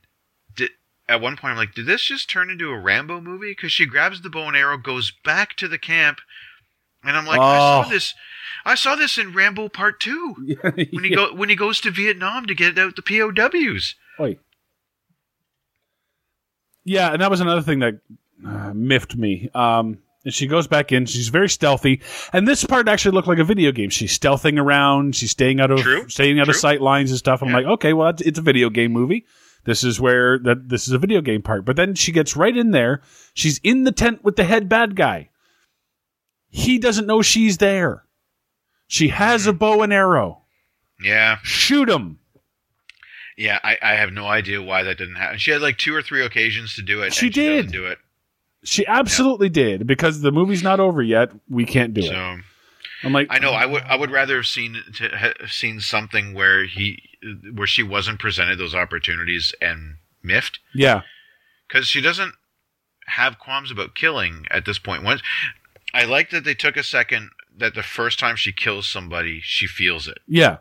Speaker 2: did, at one point I'm like, did this just turn into a Rambo movie? Because she grabs the bow and arrow, goes back to the camp, and I'm like, I saw
Speaker 1: Oh.
Speaker 2: this, I saw this in Rambo Part Two
Speaker 1: <laughs>
Speaker 2: when he go when he goes to Vietnam to get out the POWs.
Speaker 1: Oi. Yeah, and that was another thing that uh, miffed me. Um, and she goes back in. She's very stealthy, and this part actually looked like a video game. She's stealthing around. She's staying out of
Speaker 2: True,
Speaker 1: staying out of
Speaker 2: true.
Speaker 1: sight lines and stuff. I'm
Speaker 2: Yeah.
Speaker 1: like, okay, well, it's, it's a video game movie. This is where that this is a video game part. But then she gets right in there. She's in the tent with the head bad guy. He doesn't know she's there. She has
Speaker 2: Hmm.
Speaker 1: a bow and arrow.
Speaker 2: Yeah.
Speaker 1: Shoot him.
Speaker 2: Yeah, I, I have no idea why that didn't happen. She had like two or three occasions to do it.
Speaker 1: She
Speaker 2: and she doesn't
Speaker 1: did.
Speaker 2: do it.
Speaker 1: She absolutely did because the movie's not over yet. We can't do it.
Speaker 2: So
Speaker 1: I'm like,
Speaker 2: I know I would I would rather have seen to have seen something where he where she wasn't presented those opportunities and miffed
Speaker 1: yeah,
Speaker 2: because she doesn't have qualms about killing at this point. Once I like that they took a second that the first time she kills somebody she feels it.
Speaker 1: yeah,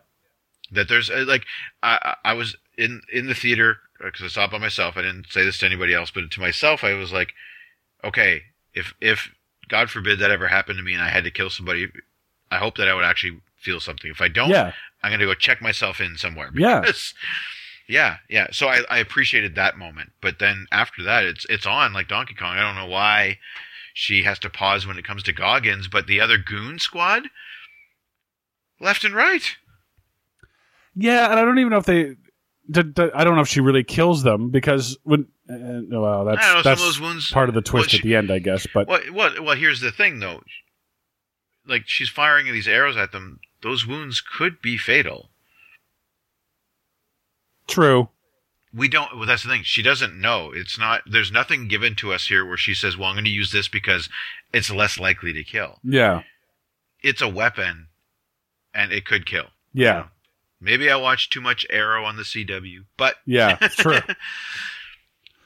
Speaker 2: that there's uh, like I I I was in in the theater because I saw it by myself. I didn't say this to anybody else, but to myself, I was like, okay, if if God forbid that ever happened to me and I had to kill somebody, I hope that I would actually feel something. If I don't,
Speaker 1: yeah,
Speaker 2: I'm gonna go check myself in somewhere.
Speaker 1: Yeah.
Speaker 2: because- yeah, yeah. So I, I appreciated that moment, but then after that, it's it's on like Donkey Kong. I don't know why she has to pause when it comes to Goggins, but the other goon squad, left and right.
Speaker 1: yeah. And I don't even know if they. D- d- I don't know if she really kills them because when. Uh, well, that's
Speaker 2: I don't know, some of
Speaker 1: that's
Speaker 2: those wounds-
Speaker 1: part of the twist
Speaker 2: well, she-
Speaker 1: at the end, I guess. But
Speaker 2: Well, well, well. Here's the thing, though. like she's firing these arrows at them, those wounds could be fatal.
Speaker 1: True.
Speaker 2: We don't. Well, that's the thing. She doesn't know. It's not. There's nothing given to us here where she says, "Well, I'm going to use this because it's less likely to kill."
Speaker 1: Yeah.
Speaker 2: It's a weapon, and it could kill.
Speaker 1: Yeah.
Speaker 2: Maybe I watched too much Arrow on the CW, but <laughs>
Speaker 1: Yeah. It's true.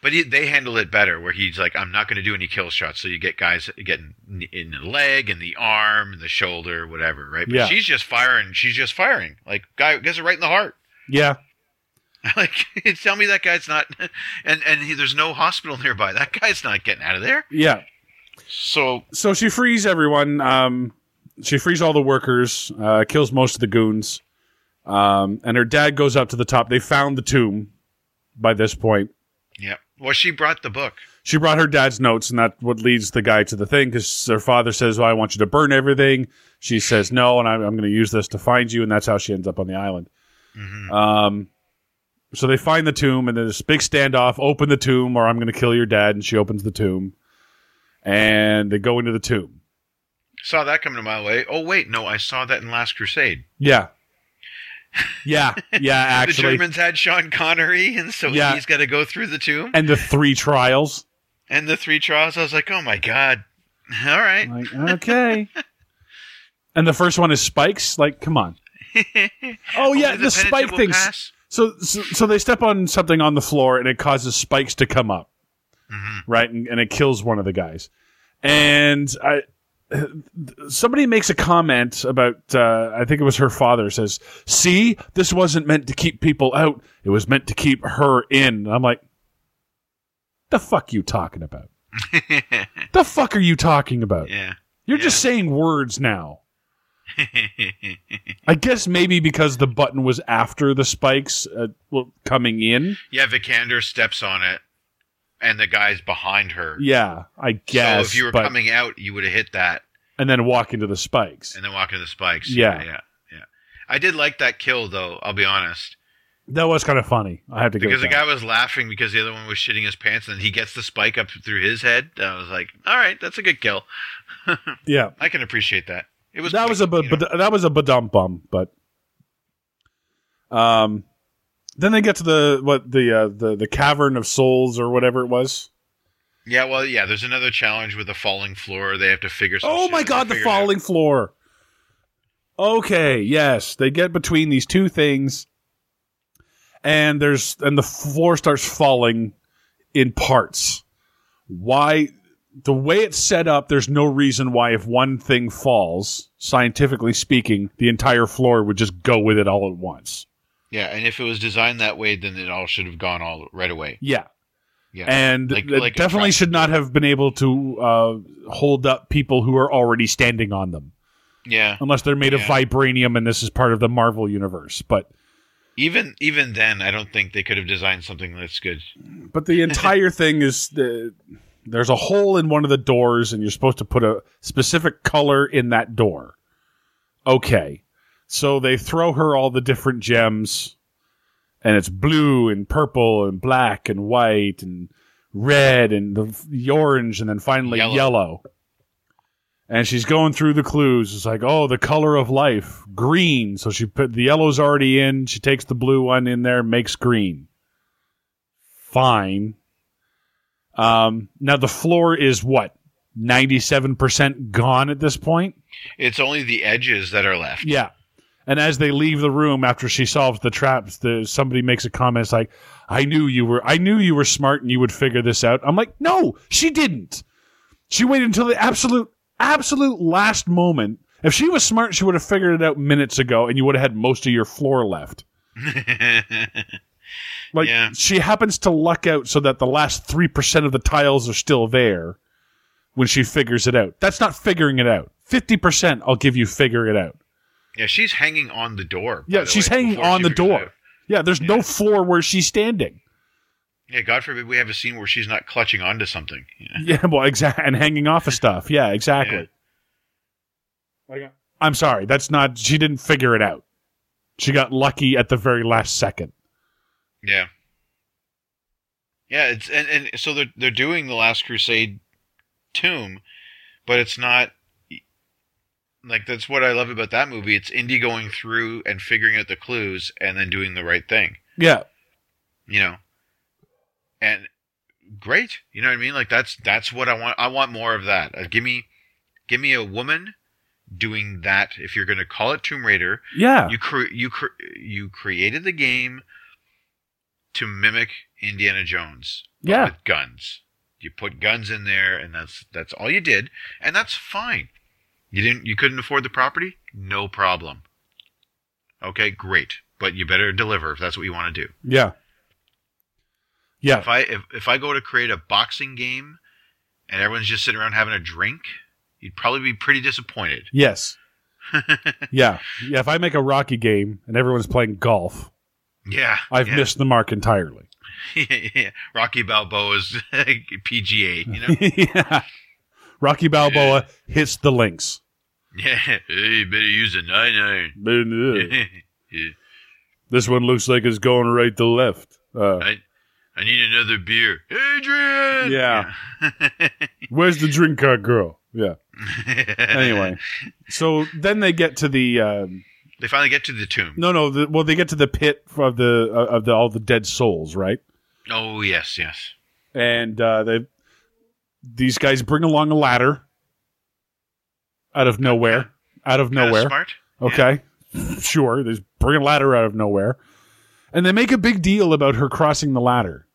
Speaker 2: But he, they handle it better, where he's like, "I'm not going to do any kill shots." So you get guys getting in the leg, and the arm, and the shoulder, whatever, right? But
Speaker 1: Yeah.
Speaker 2: she's just firing. She's just firing. Like guy gets it right in the heart. <laughs>
Speaker 1: yeah.
Speaker 2: Like, <laughs> tell me that guy's not. <laughs> And and he, there's no hospital <laughs> nearby. That guy's not getting out of there.
Speaker 1: Yeah.
Speaker 2: So
Speaker 1: So she frees everyone. Um, she frees all the workers. Uh, kills most of the goons. Um, and her dad goes up to the top. They found the tomb. By this point,
Speaker 2: yeah. Well, she brought the book.
Speaker 1: she brought her dad's notes, and that what leads the guy to the thing because her father says, well, "I want you to burn everything." She says, "No," and I'm, I'm going to use this to find you, and that's how she ends up on the island.
Speaker 2: hmm
Speaker 1: Um, so they find the tomb, and there's this big standoff. Open the tomb, or I'm going to kill your dad. And she opens the tomb, and they go into the tomb.
Speaker 2: Saw that coming a mile away. Oh wait, no, I saw that in Last Crusade.
Speaker 1: Yeah, yeah, yeah.
Speaker 2: <laughs> the
Speaker 1: Actually,
Speaker 2: Germans had Sean Connery, and so
Speaker 1: Yeah.
Speaker 2: he's got to go through the tomb
Speaker 1: and the three trials.
Speaker 2: and the three trials. I was like, oh my god. <laughs> All right.
Speaker 1: Like,
Speaker 2: <laughs>
Speaker 1: okay. and the first one is spikes. Like, come on.
Speaker 2: <laughs>
Speaker 1: Oh yeah,
Speaker 2: Only
Speaker 1: the, spike
Speaker 2: penitent will
Speaker 1: things.
Speaker 2: pass.
Speaker 1: So, so so they step on something on the floor and it causes spikes to come up,
Speaker 2: Mhm.
Speaker 1: right? And, and it kills one of the guys. And I, somebody makes a comment about uh, I think it was her father says, "See, this wasn't meant to keep people out. It was meant to keep her in." And I'm like, "The fuck you talking about? The fuck are you talking about?
Speaker 2: Mm-hmm. <laughs> yeah. <laughs>
Speaker 1: You're
Speaker 2: yeah.
Speaker 1: just saying words now." I guess maybe because the button was after the spikes uh, well, coming in.
Speaker 2: yeah, Vikander steps on it, and the guy's behind her.
Speaker 1: Yeah, I guess.
Speaker 2: so if you were
Speaker 1: but-
Speaker 2: coming out, you would have hit that
Speaker 1: and then walk into the spikes.
Speaker 2: and then walk into the spikes.
Speaker 1: Yeah.
Speaker 2: yeah, yeah. I did like that kill though. I'll be honest,
Speaker 1: That was kind of funny. I have to go.
Speaker 2: because the guy was laughing because the other one was shitting his pants, and he gets the spike up through his head. I was like, all right, that's a good kill.
Speaker 1: Yeah,
Speaker 2: I can appreciate that. It was
Speaker 1: that
Speaker 2: quick,
Speaker 1: was a but
Speaker 2: you know.
Speaker 1: that was a badum bum. But um, then they get to the what the uh, the the cavern of souls or whatever it was.
Speaker 2: yeah, well, yeah. There's another challenge with the falling floor. They have to figure. Some
Speaker 1: Oh
Speaker 2: shit
Speaker 1: my
Speaker 2: out.
Speaker 1: god,
Speaker 2: They
Speaker 1: the
Speaker 2: figured it out.
Speaker 1: falling floor. Okay, yes, they get between these two things, and there's and the floor starts falling in parts. Why? The way it's set up, there's no reason why if one thing falls, scientifically speaking, the entire floor would just go with it all at once.
Speaker 2: Yeah, and if it was designed that way, then it all should have gone all right away.
Speaker 1: Yeah.
Speaker 2: Yeah,
Speaker 1: And
Speaker 2: Like-
Speaker 1: it
Speaker 2: like a
Speaker 1: definitely
Speaker 2: truck.
Speaker 1: should not have been able to uh, hold up people who are already standing on them.
Speaker 2: yeah.
Speaker 1: unless they're made of
Speaker 2: Yeah.
Speaker 1: vibranium and this is part of the Marvel universe. But
Speaker 2: Even even then, I don't think they could have designed something that's good.
Speaker 1: but the entire thing is the, there's a hole in one of the doors and you're supposed to put a specific color in that door. Okay. So they throw her all the different gems and it's blue and purple and black and white and red and the, the orange and then finally
Speaker 2: Yellow.
Speaker 1: yellow. And she's going through the clues. It's like, oh, the color of life, green. So she put the yellow's already in. She takes the blue one in there, makes green. Fine. Um, now the floor is what? 97% gone at this point?
Speaker 2: It's only the edges that
Speaker 1: <laughs>
Speaker 2: are left. <laughs>
Speaker 1: Yeah. And as they leave the room after she solves the traps, the, somebody makes a comment it's like, "I knew you were I knew you were smart and you would figure this out." I'm like, "No, she didn't. She waited until the absolute absolute last moment. If she was smart, she would have figured it out minutes ago and you would have had most of your floor left." Like
Speaker 2: Yeah.
Speaker 1: she happens to luck out so that the last 3% of the tiles are still there when she figures it out. That's not figuring it out. 50% I'll give you figure it out.
Speaker 2: yeah, she's hanging on the door. by
Speaker 1: Yeah,
Speaker 2: the
Speaker 1: she's
Speaker 2: way,
Speaker 1: hanging
Speaker 2: before
Speaker 1: on
Speaker 2: she
Speaker 1: the
Speaker 2: figures it
Speaker 1: door.
Speaker 2: out.
Speaker 1: Yeah, there's no floor where she's standing.
Speaker 2: Yeah, God forbid we have a scene where she's not clutching onto something. Yeah.
Speaker 1: <laughs> Yeah, well, exactly, and hanging off of stuff. Yeah, exactly. Like, I'm sorry, that's not. She didn't figure it out. She got lucky at the very last second.
Speaker 2: Yeah. Yeah, it's and, and so they're they're doing the Last Crusade tomb, but it's not like that's what I love about that movie. It's Indy going through and figuring out the clues and then doing the right thing.
Speaker 1: Yeah.
Speaker 2: You know, and great. You know what I mean? Like that's that's what I want. I want more of that. Uh, give me, give me a woman doing that. If you're going to call it Tomb Raider,
Speaker 1: Yeah.
Speaker 2: you cre- you cre- you created the game to mimic Indiana Jones. but
Speaker 1: Yeah.
Speaker 2: with guns. You put guns in there, and that's that's all you did, and that's fine. You didn't you couldn't afford the property, no problem. Okay, great, but you better deliver if that's what you want to do.
Speaker 1: yeah. Yeah.
Speaker 2: If I if, if I go to create a boxing game, and everyone's just sitting around having a drink, you'd probably be pretty disappointed.
Speaker 1: Yes. yeah. Yeah. If I make a Rocky game and everyone's playing golf,
Speaker 2: Yeah,
Speaker 1: I've
Speaker 2: yeah.
Speaker 1: missed the mark entirely.
Speaker 2: <laughs> yeah, Rocky Balboa's <laughs> PGA, you know?
Speaker 1: <laughs> yeah. Rocky Balboa hits the links.
Speaker 2: yeah, hey, you better use a
Speaker 1: <laughs>
Speaker 2: nine iron. Yeah.
Speaker 1: this one looks like it's going right to left. Uh,
Speaker 2: I, I need another beer. Adrian! <laughs>
Speaker 1: Yeah. where's the drink cart girl? Yeah. Anyway, so then they get to the um,
Speaker 2: They finally get to the tomb.
Speaker 1: no, no. The, well, they get to the pit of the uh, of the all the dead souls, right?
Speaker 2: Oh, yes, yes.
Speaker 1: and uh, they these guys bring along a ladder out of nowhere, out of
Speaker 2: Kinda
Speaker 1: nowhere.
Speaker 2: Smart.
Speaker 1: Okay, sure. They just bring a ladder out of nowhere, and they make a big deal about her crossing the ladder,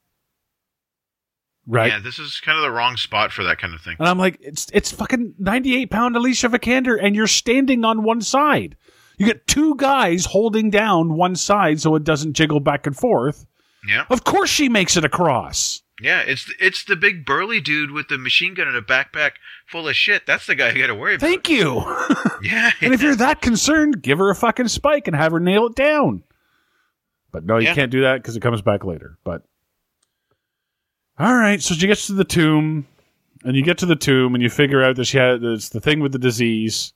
Speaker 1: right?
Speaker 2: Yeah, this is kind of the wrong spot for that kind of thing.
Speaker 1: And I'm like, it's it's fucking 98 pound Alicia Vikander, and you're standing on one side. You get two guys holding down one side so it doesn't jiggle back and forth.
Speaker 2: Yeah.
Speaker 1: Of course, she makes it across.
Speaker 2: Yeah, it's it's the big burly dude with the machine gun and a backpack full of shit. That's the guy you got to worry about.
Speaker 1: Thank you. <laughs>
Speaker 2: yeah.
Speaker 1: And
Speaker 2: <laughs>
Speaker 1: if you're that concerned, give her a fucking spike and have her nail it down. But no, you
Speaker 2: Yeah.
Speaker 1: can't do that because it comes back later. But all right, so she gets to the tomb, and you get to the tomb, and you figure out that she had it's the thing with the disease,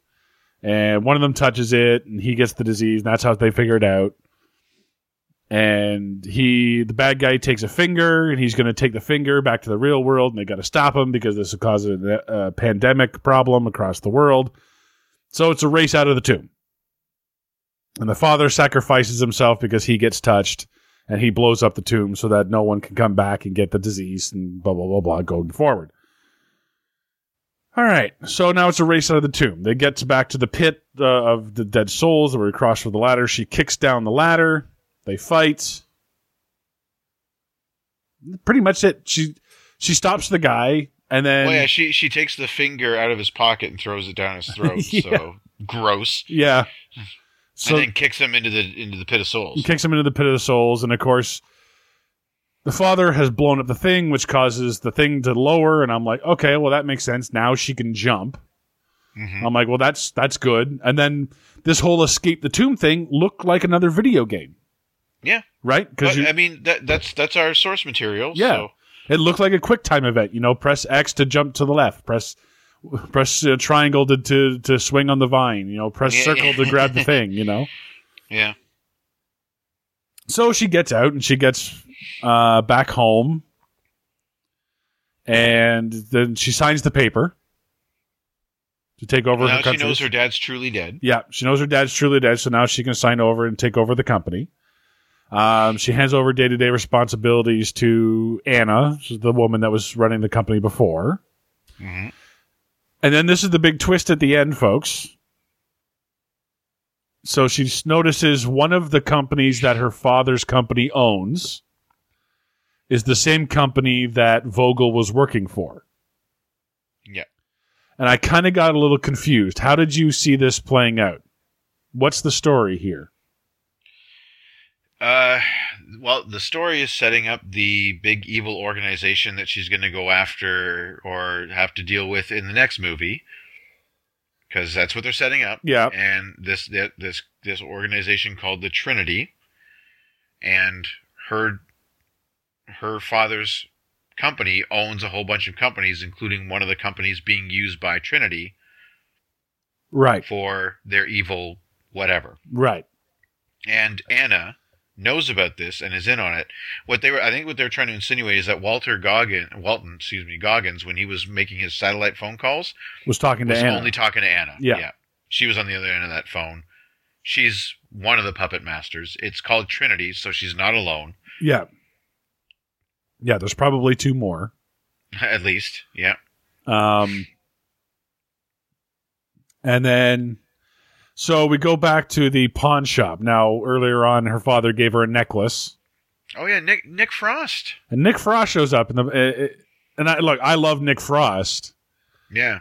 Speaker 1: and one of them touches it, and he gets the disease, and that's how they figure it out. And he, the bad guy, takes a finger, and he's going to take the finger back to the real world, and they got to stop him because this will cause a, a pandemic problem across the world. So it's a race out of the tomb. And the father sacrifices himself because he gets touched and he blows up the tomb so that no one can come back and get the disease and blah, blah, blah, blah, going forward. All right. So now it's a race out of the tomb. They get back to the pit uh, of the dead souls that were across from the ladder. She kicks down the ladder. They fight. Pretty much it. She she stops the guy and then
Speaker 2: well, yeah, she she takes the finger out of his pocket and throws
Speaker 1: <laughs>
Speaker 2: it down his throat. So gross.
Speaker 1: yeah. So
Speaker 2: and then kicks him into the into the pit of souls.
Speaker 1: He kicks him into the pit of the souls, and of course, the father has blown up the thing, which causes the thing to lower. And I'm like, okay, well that makes sense. Now she can jump.
Speaker 2: Mhm.
Speaker 1: I'm like, well that's that's good. And then this whole escape the tomb thing looked like another video game,
Speaker 2: Yeah,
Speaker 1: right?
Speaker 2: but
Speaker 1: Because
Speaker 2: I mean that that's that's our source material.
Speaker 1: Yeah.
Speaker 2: so,
Speaker 1: it looked like a quick time event. You know, press X to jump to the left. Press press uh, triangle to, to to swing on the vine. You know, press
Speaker 2: Yeah.
Speaker 1: circle to grab the thing.
Speaker 2: <laughs>
Speaker 1: You know.
Speaker 2: yeah,
Speaker 1: so she gets out and she gets uh, back home and then she signs the paper to take over
Speaker 2: now
Speaker 1: her
Speaker 2: she
Speaker 1: country
Speaker 2: knows her dad's truly dead.
Speaker 1: yeah she knows her dad's truly dead so now she can sign over and take over the company um, she hands over day-to-day responsibilities to anna she's the woman that was running the company before
Speaker 2: Mm-hmm.
Speaker 1: and then this is the big twist at the end, folks. So she s- notices one of the companies that her father's company owns is the same company that Vogel was working for.
Speaker 2: Yeah.
Speaker 1: And I kind of got a little confused. How did you see this playing out? What's the story here?
Speaker 2: Uh, well, the story is setting up the big evil organization that she's going to go after or have to deal with in the next movie, because that's what they're setting up.
Speaker 1: Yeah.
Speaker 2: and this th- this this organization called the Trinity, and her her father's company owns a whole bunch of companies, including one of the companies being used by Trinity
Speaker 1: Right.
Speaker 2: for their evil whatever.
Speaker 1: Right.
Speaker 2: And Anna knows about this and is in on it. What they were, I think, what they're trying to insinuate is that Walter Goggin, Walton, excuse me, Goggins, when he was making his satellite phone calls,
Speaker 1: Was talking to
Speaker 2: was
Speaker 1: Anna.
Speaker 2: only talking to Anna.
Speaker 1: Yeah.
Speaker 2: She was on the other end of that phone. She's one of the puppet masters. It's called Trinity, so she's not alone, <laughs>
Speaker 1: Yeah. Yeah, there's probably two more.
Speaker 2: at least. Yeah.
Speaker 1: Um, and then, so we go back to the pawn shop. Now, earlier on, her father gave her a necklace,
Speaker 2: Oh yeah, Nick Nick Frost.
Speaker 1: and Nick Frost shows up. And the uh, uh, and I look, I love Nick Frost,
Speaker 2: Yeah.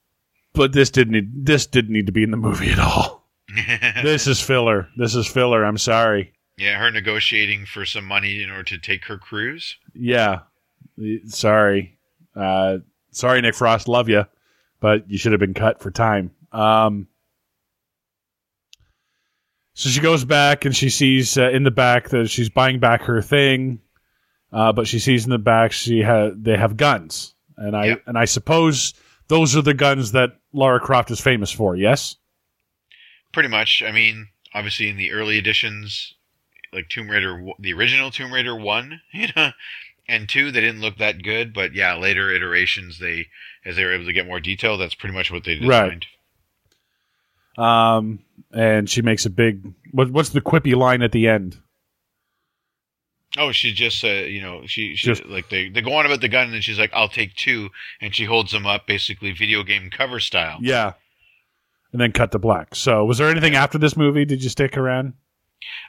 Speaker 2: <laughs>
Speaker 1: but this didn't need, this didn't need to be in the movie at all. this is filler. This is filler. I'm sorry.
Speaker 2: yeah, her negotiating for some money in order to take her cruise.
Speaker 1: Yeah, Y- sorry, uh, sorry, Nick Frost. Love you, but you should have been cut for time. Um, so she goes back and she sees uh, in the back that she's buying back her thing, uh, but she sees in the back she ha- they have guns, and I
Speaker 2: Yep.
Speaker 1: and I suppose those are the guns that Lara Croft is famous for. Yes,
Speaker 2: Pretty much. I mean, obviously in the early editions, like Tomb Raider, w- the original Tomb Raider one, <laughs> you know, and two, they didn't look that good. But yeah, later iterations, they as they were able to get more detail, that's pretty much what they designed.
Speaker 1: Right. um, and she makes a big what, what's the quippy line at the end?
Speaker 2: Oh, she just uh, you know, she, she
Speaker 1: Just-
Speaker 2: like they they go on about the gun, and then she's like, "I'll take two. and she holds them up, basically video game cover style.
Speaker 1: Yeah. And then cut to black. So, was there anything after this movie? Did you stick around?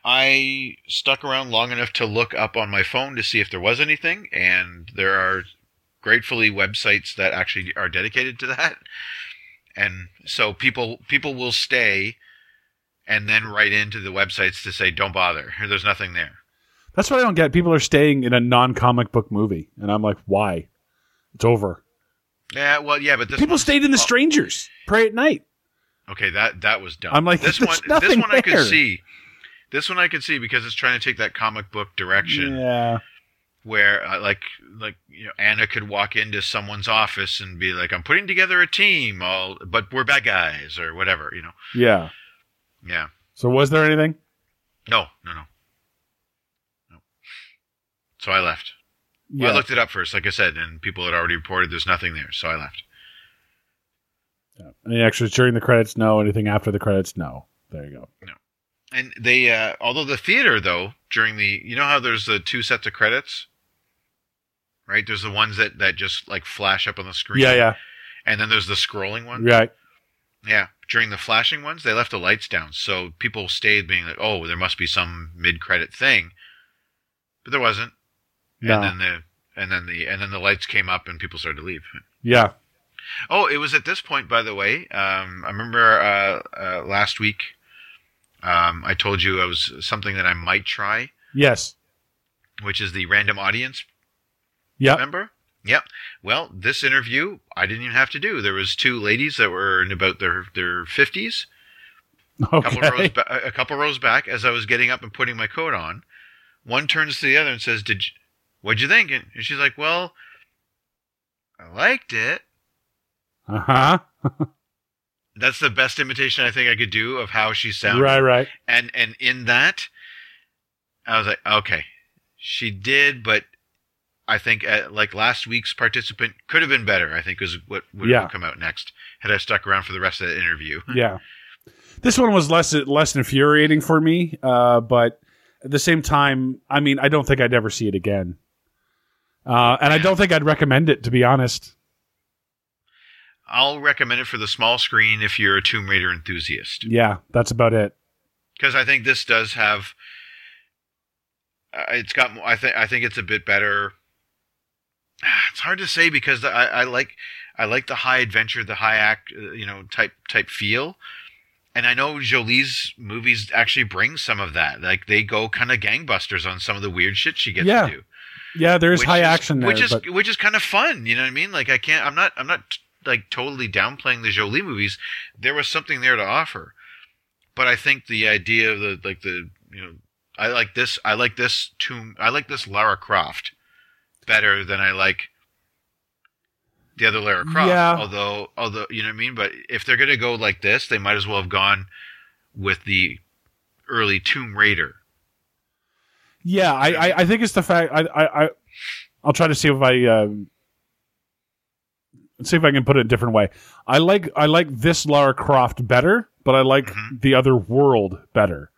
Speaker 2: I stuck around long enough to look up on my phone to see if there was anything, and there are gratefully websites that actually are dedicated to that. And so people people will stay and then write into the websites to say, Don't bother. There's nothing there.
Speaker 1: That's what I don't get. People are staying in a non comic book movie. And I'm like, why? It's over.
Speaker 2: Yeah, well yeah, but this
Speaker 1: People
Speaker 2: one's-
Speaker 1: stayed in The
Speaker 2: oh,
Speaker 1: Strangers, Pray at Night.
Speaker 2: Okay, that that was dumb.
Speaker 1: I'm like, <laughs>
Speaker 2: this
Speaker 1: there's
Speaker 2: one this
Speaker 1: nothing
Speaker 2: one I
Speaker 1: there.
Speaker 2: could see. This one I could see because it's trying to take that comic book direction.
Speaker 1: Yeah.
Speaker 2: where uh, like like you know Anna could walk into someone's office and be like I'm putting together a team all but we're bad guys or whatever you know
Speaker 1: Yeah.
Speaker 2: yeah
Speaker 1: So, was there anything?
Speaker 2: no no no no so I left
Speaker 1: Yeah.
Speaker 2: well, I looked it up first like I said and people had already reported there's nothing there so I left
Speaker 1: Any extras during the credits? No. Anything after the credits? No. There you go.
Speaker 2: and they uh, although the theater though during the you know how there's the two sets of credits right there's the ones that that just like flash up on the screen
Speaker 1: Yeah, yeah.
Speaker 2: and then there's the scrolling one
Speaker 1: Right.
Speaker 2: Yeah, during the flashing ones, they left the lights down, so people stayed being like, "Oh, there must be some mid-credit thing," but there wasn't.
Speaker 1: No.
Speaker 2: And then the and then the and then the lights came up, and people started to leave.
Speaker 1: Yeah.
Speaker 2: Oh, it was at this point, by the way. Um, I remember uh, uh, last week, um, I told you I was something that I might try,
Speaker 1: Yes.
Speaker 2: which is the random audience
Speaker 1: Yeah.
Speaker 2: Remember? Yep. Well, this interview I didn't even have to do. There was two ladies that were in about their their fifties. couple rows
Speaker 1: <laughs> Okay.
Speaker 2: ba- a couple rows back as I was getting up and putting my coat on. One turns to the other and says, "Did you, what'd you think?" And she's like, "Well, I liked it."
Speaker 1: Uh huh.
Speaker 2: That's the best imitation I think I could do of how she sounded.
Speaker 1: Right, right.
Speaker 2: And and in that, I was like, "Okay, she did," but I think uh like last week's participant could have been better. I think is what would
Speaker 1: Yeah.
Speaker 2: have come out next had I stuck around for the rest of that interview.
Speaker 1: yeah this one was less less infuriating for me uh, but at the same time i mean i don't think i'd ever see it again uh, and i don't think i'd recommend it to be honest
Speaker 2: I'll recommend it for the small screen if you're a Tomb Raider enthusiast.
Speaker 1: yeah that's about it
Speaker 2: because I think this does have. Uh, it's got. mo- I think. I think it's a bit better. Ah, It's hard to say because the, I, I like. I like the high adventure, the high act, uh, you know, type type feel. And I know Jolie's movies actually bring some of that. Like they go kind of gangbusters on some of the weird shit she gets
Speaker 1: Yeah.
Speaker 2: to do.
Speaker 1: yeah there's
Speaker 2: Which
Speaker 1: high
Speaker 2: is-
Speaker 1: action there
Speaker 2: which is
Speaker 1: but
Speaker 2: which is kind of fun. You know what I mean? Like I can't. I'm not. I'm not like totally downplaying the Jolie movies. There was something there to offer, but I think the idea of the like the you know I like this. I like this tomb. I like this Lara Croft better than I like the other Lara Croft.
Speaker 1: Yeah.
Speaker 2: Although although you know what I mean. But if they're gonna go like this, they might as well have gone with the early Tomb Raider.
Speaker 1: yeah I, I i think it's the fact i i, I i'll try to see if i um, let's uh, see if I can put it a different way. I like I like this Lara Croft better, but I like
Speaker 2: Mhm.
Speaker 1: the other world better.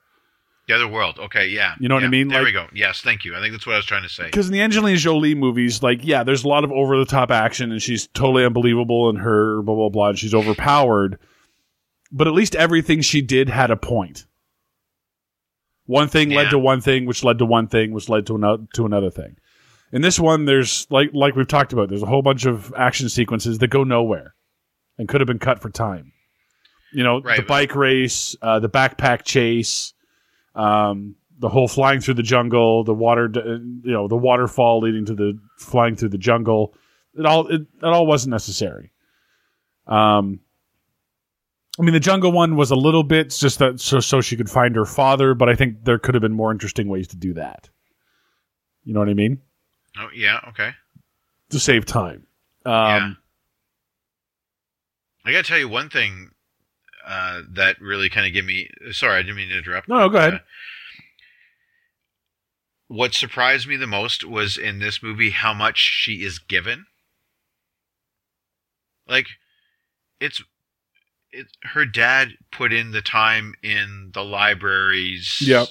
Speaker 2: The other world. Okay, yeah.
Speaker 1: You know what I
Speaker 2: Yeah,
Speaker 1: mean?
Speaker 2: There
Speaker 1: Like-
Speaker 2: we go. Yes, thank you. I think that's what I was trying to say.
Speaker 1: Because in the Angelina Jolie movies, like, yeah, there's a lot of over the top action and she's totally unbelievable and her blah, blah, blah, and she's overpowered. But at least everything she did had a point. One thing led
Speaker 2: Yeah.
Speaker 1: to one thing, which led to one thing, which led to another to another thing. In this one, there's like like we've talked about, there's a whole bunch of action sequences that go nowhere and could have been cut for time. You know,
Speaker 2: Right,
Speaker 1: the
Speaker 2: but-
Speaker 1: bike race, uh, the backpack chase, um, the whole flying through the jungle, the water, d- uh, you know, the waterfall leading to the flying through the jungle. It all it, it all wasn't necessary. Um, I mean, the jungle one was a little bit it's just that so so she could find her father, but I think there could have been more interesting ways to do that. You know what I mean?
Speaker 2: Oh, yeah, okay.
Speaker 1: To save time. Um,
Speaker 2: Yeah. I got to tell you one thing uh, that really kind of gave me. Sorry, I didn't mean to interrupt.
Speaker 1: No, no,
Speaker 2: but,
Speaker 1: go ahead.
Speaker 2: uh, what surprised me the most was in this movie how much she is given. Like, it's it. Her dad put in the time in the libraries.
Speaker 1: Yep.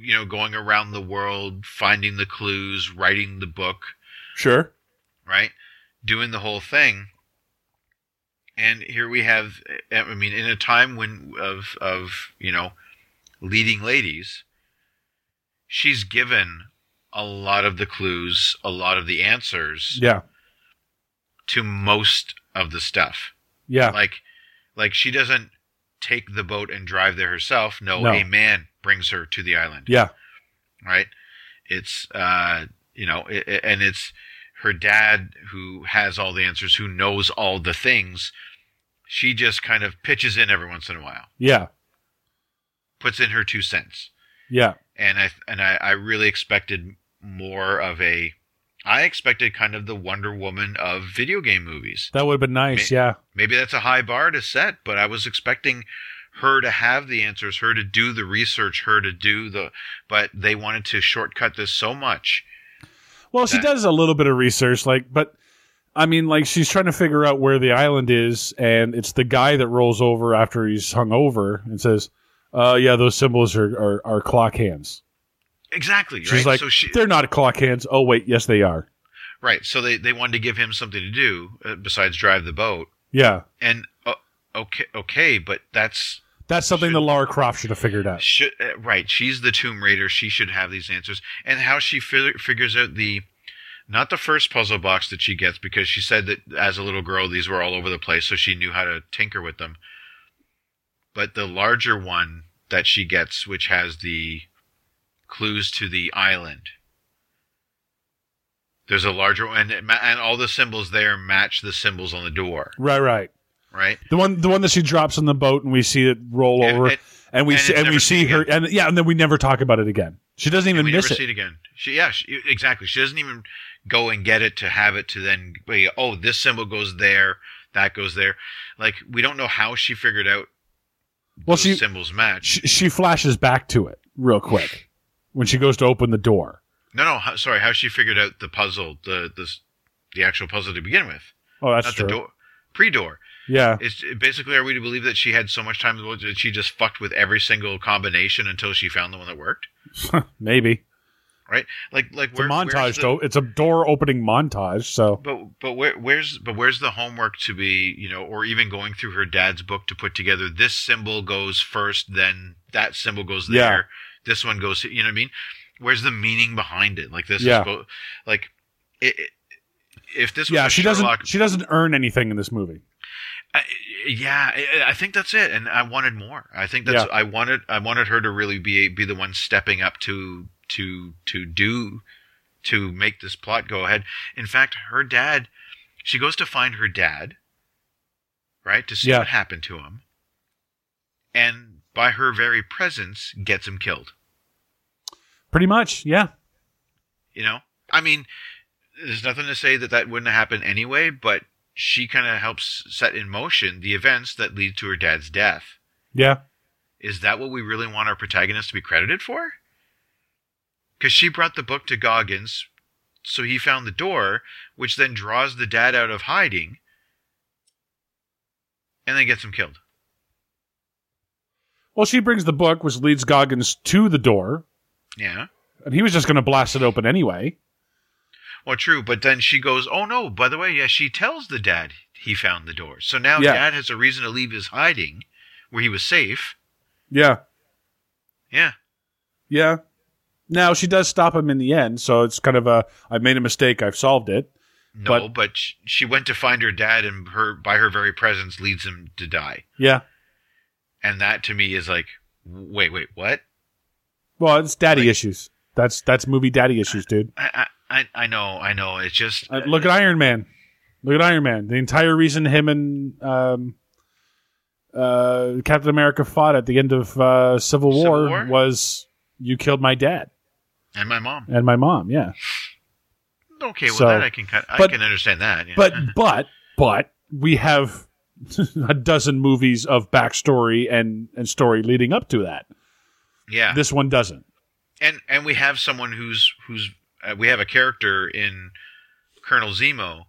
Speaker 2: You know, going around the world, finding the clues, writing the book
Speaker 1: Sure.
Speaker 2: right? Doing the whole thing. And here we have, I mean, in a time when of of you know, leading ladies, she's given a lot of the clues, a lot of the answers
Speaker 1: Yeah.
Speaker 2: to most of the stuff.
Speaker 1: Yeah.
Speaker 2: Like, like she doesn't take the boat and drive there herself. No,
Speaker 1: No.
Speaker 2: a man brings her to the island
Speaker 1: Yeah.
Speaker 2: right? It's uh, you know, i i- and it's her dad who has all the answers, who knows all the things. She just kind of pitches in every once in a while,
Speaker 1: Yeah.
Speaker 2: puts in her two cents,
Speaker 1: Yeah.
Speaker 2: and I and I, I really expected more of a. I expected kind of the Wonder Woman of video game movies.
Speaker 1: That would have been nice. Yeah.
Speaker 2: Maybe that's a high bar to set, but I was expecting her to have the answers, her to do the research, her to do the. But they wanted to shortcut this so much.
Speaker 1: Well, she
Speaker 2: that-
Speaker 1: does a little bit of research, like, but I mean, like, she's trying to figure out where the island is, and it's the guy that rolls over after he's hung over and says, "Uh, yeah, those symbols are are, are clock hands."
Speaker 2: Exactly.
Speaker 1: She's
Speaker 2: right?
Speaker 1: like,
Speaker 2: so she,
Speaker 1: "They're not clock hands." Oh wait, yes, they are.
Speaker 2: right. So they, they wanted to give him something to do uh, besides drive the boat.
Speaker 1: Yeah,
Speaker 2: And uh, okay, okay, but that's
Speaker 1: that's something
Speaker 2: Should-
Speaker 1: that Lara Croft should have figured out.
Speaker 2: should, uh, right. She's the Tomb Raider. She should have these answers. And how she fig- figures out the not the first puzzle box that she gets because she said that as a little girl these were all over the place, so she knew how to tinker with them. But the larger one that she gets, which has the clues to the island. There's a larger one, and, it ma- and all the symbols there match the symbols on the door,
Speaker 1: Right, right.
Speaker 2: right?
Speaker 1: The one, the one that she drops in the boat, and we see it roll
Speaker 2: And-
Speaker 1: over,
Speaker 2: and-
Speaker 1: and we
Speaker 2: and
Speaker 1: see,
Speaker 2: it's
Speaker 1: and we
Speaker 2: never
Speaker 1: see
Speaker 2: seen
Speaker 1: her, and yeah, and then we never talk about it again. She doesn't even
Speaker 2: we
Speaker 1: miss
Speaker 2: never
Speaker 1: it.
Speaker 2: see it again. She, yeah, she, exactly. She doesn't even go and get it to have it to then. be, Oh, this symbol goes there, that goes there. Like we don't know how she figured out.
Speaker 1: Well,
Speaker 2: those
Speaker 1: she-
Speaker 2: symbols match.
Speaker 1: She, she flashes back to it real
Speaker 2: <sighs>
Speaker 1: quick when she goes to open the door.
Speaker 2: no, no. How, sorry, how she figured out the puzzle, the the the actual puzzle to begin with,
Speaker 1: Oh, that's
Speaker 2: not
Speaker 1: true.
Speaker 2: the door, pre-door.
Speaker 1: Yeah.
Speaker 2: It's basically are we to believe that she had so much time in the world that she just fucked with every single combination until she found the one that worked?
Speaker 1: Maybe
Speaker 2: Like like
Speaker 1: it's a
Speaker 2: where, where's
Speaker 1: montage
Speaker 2: the-
Speaker 1: though. It's a door opening montage. So
Speaker 2: But but where, where's but where's the homework to be you know or even going through her dad's book to put together this symbol goes first then that symbol goes there
Speaker 1: Yeah.
Speaker 2: this one goes here, you know what I mean where's the meaning behind it like this
Speaker 1: Yeah.
Speaker 2: is bo- like it, it- if this was
Speaker 1: yeah,
Speaker 2: a
Speaker 1: she
Speaker 2: Sherlock
Speaker 1: doesn't. She doesn't earn anything in this movie.
Speaker 2: I, yeah I, I think that's it and I wanted more I think that's I wanted I wanted her to really be be the one stepping up to to to do to make this plot go ahead in fact her dad she goes to find her dad right to see
Speaker 1: Yeah.
Speaker 2: what happened to him and by her very presence gets him killed
Speaker 1: Pretty much. Yeah.
Speaker 2: you know I mean there's nothing to say that that wouldn't happen anyway but she kind of helps set in motion the events that lead to her dad's death
Speaker 1: Yeah.
Speaker 2: is that what we really want our protagonist to be credited for? Because she brought the book to Goggins so he found the door, which then draws the dad out of hiding, and then gets him killed.
Speaker 1: Well, she brings the book, which leads Goggins to the door,
Speaker 2: Yeah.
Speaker 1: and he was just going to blast it open anyway.
Speaker 2: Well, true, but then she goes, "Oh no! By the way, yeah." She tells the dad he found the door, so now
Speaker 1: Yeah.
Speaker 2: dad has a reason to leave his hiding, where he was safe.
Speaker 1: Yeah,
Speaker 2: Yeah,
Speaker 1: yeah. Now she does stop him in the end, so it's kind of a I made a mistake, I've solved it.
Speaker 2: no, but, sh she went to find her dad, and her by her very presence leads him to die,
Speaker 1: Yeah.
Speaker 2: and that to me is like, wait, wait, what?
Speaker 1: Well, it's daddy
Speaker 2: Like-
Speaker 1: issues. That's that's movie daddy issues, dude.
Speaker 2: I, I, I- I know, I know. It's just
Speaker 1: Uh, look at Iron Man. Look at Iron Man. The entire reason him and um, uh, Captain America fought at the end of uh, Civil,
Speaker 2: Civil
Speaker 1: War,
Speaker 2: War?
Speaker 1: was you killed my dad
Speaker 2: and my mom.
Speaker 1: and my mom. Yeah,
Speaker 2: Okay, well
Speaker 1: So-
Speaker 2: that I can cut. I
Speaker 1: but-
Speaker 2: can understand that. yeah.
Speaker 1: but but but we have <laughs> a dozen movies of backstory and and story leading up to that.
Speaker 2: yeah,
Speaker 1: This one doesn't.
Speaker 2: and and we have someone who's who's uh, we have a character in Colonel Zemo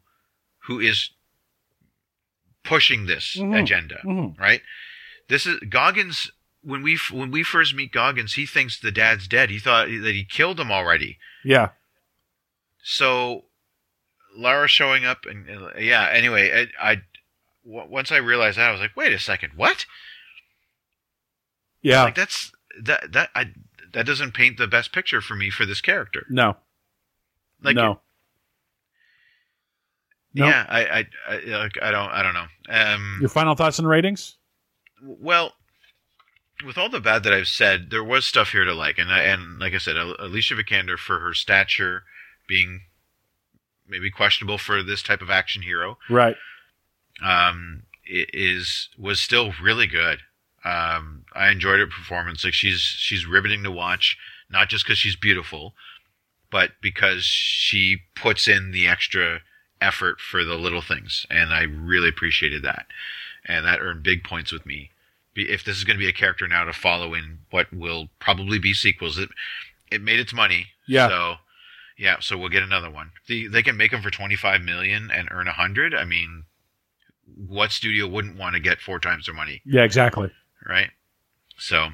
Speaker 2: who is pushing this
Speaker 1: Mhm.
Speaker 2: agenda, right? This is Goggins. When we f- when we first meet Goggins, he thinks the dad's dead. He thought that he killed him already.
Speaker 1: Yeah,
Speaker 2: So Lara showing up and, and- yeah. Anyway, I, I w- once I realized that I was like, wait a second, what?
Speaker 1: yeah.
Speaker 2: Like that's that that I that doesn't paint the best picture for me for this character.
Speaker 1: no,
Speaker 2: Like
Speaker 1: no. No.
Speaker 2: Yeah, I, I, I, like, I don't, I don't know. Um,
Speaker 1: Your final thoughts and ratings?
Speaker 2: well, with all the bad that I've said, there was stuff here to like, and I, and like I said, Al- Alicia Vikander for her stature being maybe questionable for this type of action hero,
Speaker 1: Right.
Speaker 2: um, i- is was still really good. Um, I enjoyed her performance. Like she's she's riveting to watch, not just because she's beautiful, but because she puts in the extra effort for the little things, and I really appreciated that, and that earned big points with me. Be- If this is going to be a character now to follow in what will probably be sequels, it it made its money.
Speaker 1: Yeah.
Speaker 2: So yeah, so we'll get another one. The, they can make them for twenty five million and earn a hundred. I mean, what studio wouldn't want to get four times their money,
Speaker 1: Yeah. Exactly.
Speaker 2: right? So,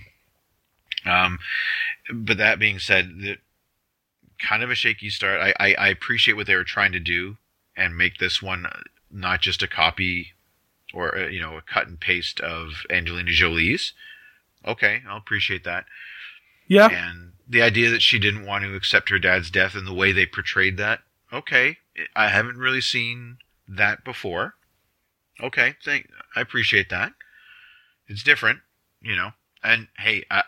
Speaker 2: um, but that being said, the, kind of a shaky start. I, I I appreciate what they were trying to do and make this one not just a copy or uh, you know a cut and paste of Angelina Jolie's. Okay, I'll appreciate that
Speaker 1: Yeah.
Speaker 2: and the idea that she didn't want to accept her dad's death and the way they portrayed that okay i haven't really seen that before okay thank i appreciate that it's different you know and hey I,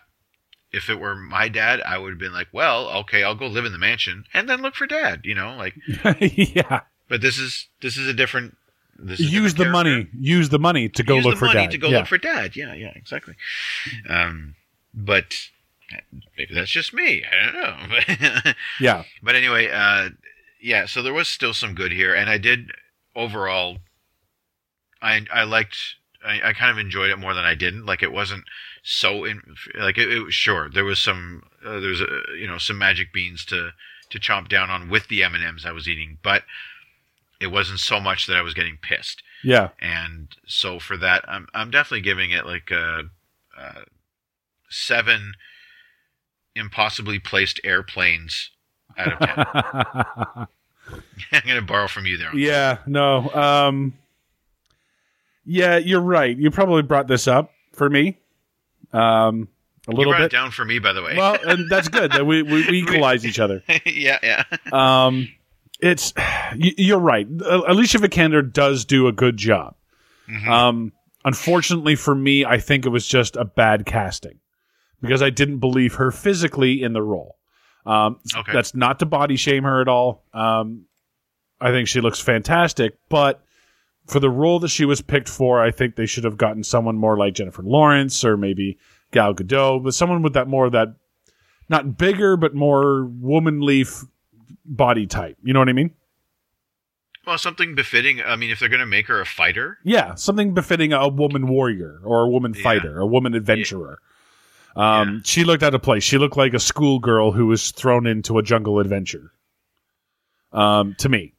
Speaker 2: if it were my dad i would have been like well okay i'll go live in the mansion and then look for dad you know like
Speaker 1: <laughs> yeah.
Speaker 2: but this is this is a different this is a
Speaker 1: use the
Speaker 2: different character
Speaker 1: money. Use the money to go
Speaker 2: use
Speaker 1: look
Speaker 2: the
Speaker 1: for
Speaker 2: money
Speaker 1: dad.
Speaker 2: to go
Speaker 1: yeah.
Speaker 2: look for dad. Yeah, yeah, exactly. Um, but maybe that's just me. I don't know. <laughs> But,
Speaker 1: yeah.
Speaker 2: but anyway, uh, yeah. So there was still some good here, and I did overall. I I liked. I, I kind of enjoyed it more than I didn't. Like it wasn't so in. Like it, it was sure there was some uh, there was uh, you know some magic beans to to chomp down on with the M and M's I was eating, but it wasn't so much that I was getting pissed
Speaker 1: Yeah.
Speaker 2: and so for that i'm i'm definitely giving it like a, uh 7 impossibly placed airplanes out of
Speaker 1: <laughs>
Speaker 2: 10 i'm going to borrow from you there
Speaker 1: yeah. No. Um. Yeah, you're right. You probably brought this up for me, um, a
Speaker 2: you
Speaker 1: little
Speaker 2: brought
Speaker 1: bit.
Speaker 2: it down for me by the way
Speaker 1: Well, and that's good that we, we, we equalize each other.
Speaker 2: <laughs> yeah yeah
Speaker 1: Um, it's <sighs> you, you're right. Uh, Alicia Vikander does do a good job.
Speaker 2: Mhm.
Speaker 1: Um, unfortunately for me, I think it was just a bad casting because I didn't believe her physically in the role. Um,
Speaker 2: okay
Speaker 1: That's not to body shame her at all. Um, I think she looks fantastic, but for the role that she was picked for, I think they should have gotten someone more like Jennifer Lawrence or maybe Gal Gadot, but someone with that more of that not bigger but more womanly f- body type. You know what I mean?
Speaker 2: well something befitting i mean if they're going to make her a fighter
Speaker 1: Yeah, something befitting a woman warrior or a woman
Speaker 2: Yeah.
Speaker 1: fighter, a woman adventurer. Um,
Speaker 2: Yeah.
Speaker 1: She looked out of place. She looked like a schoolgirl who was thrown into a jungle adventure. um, to me.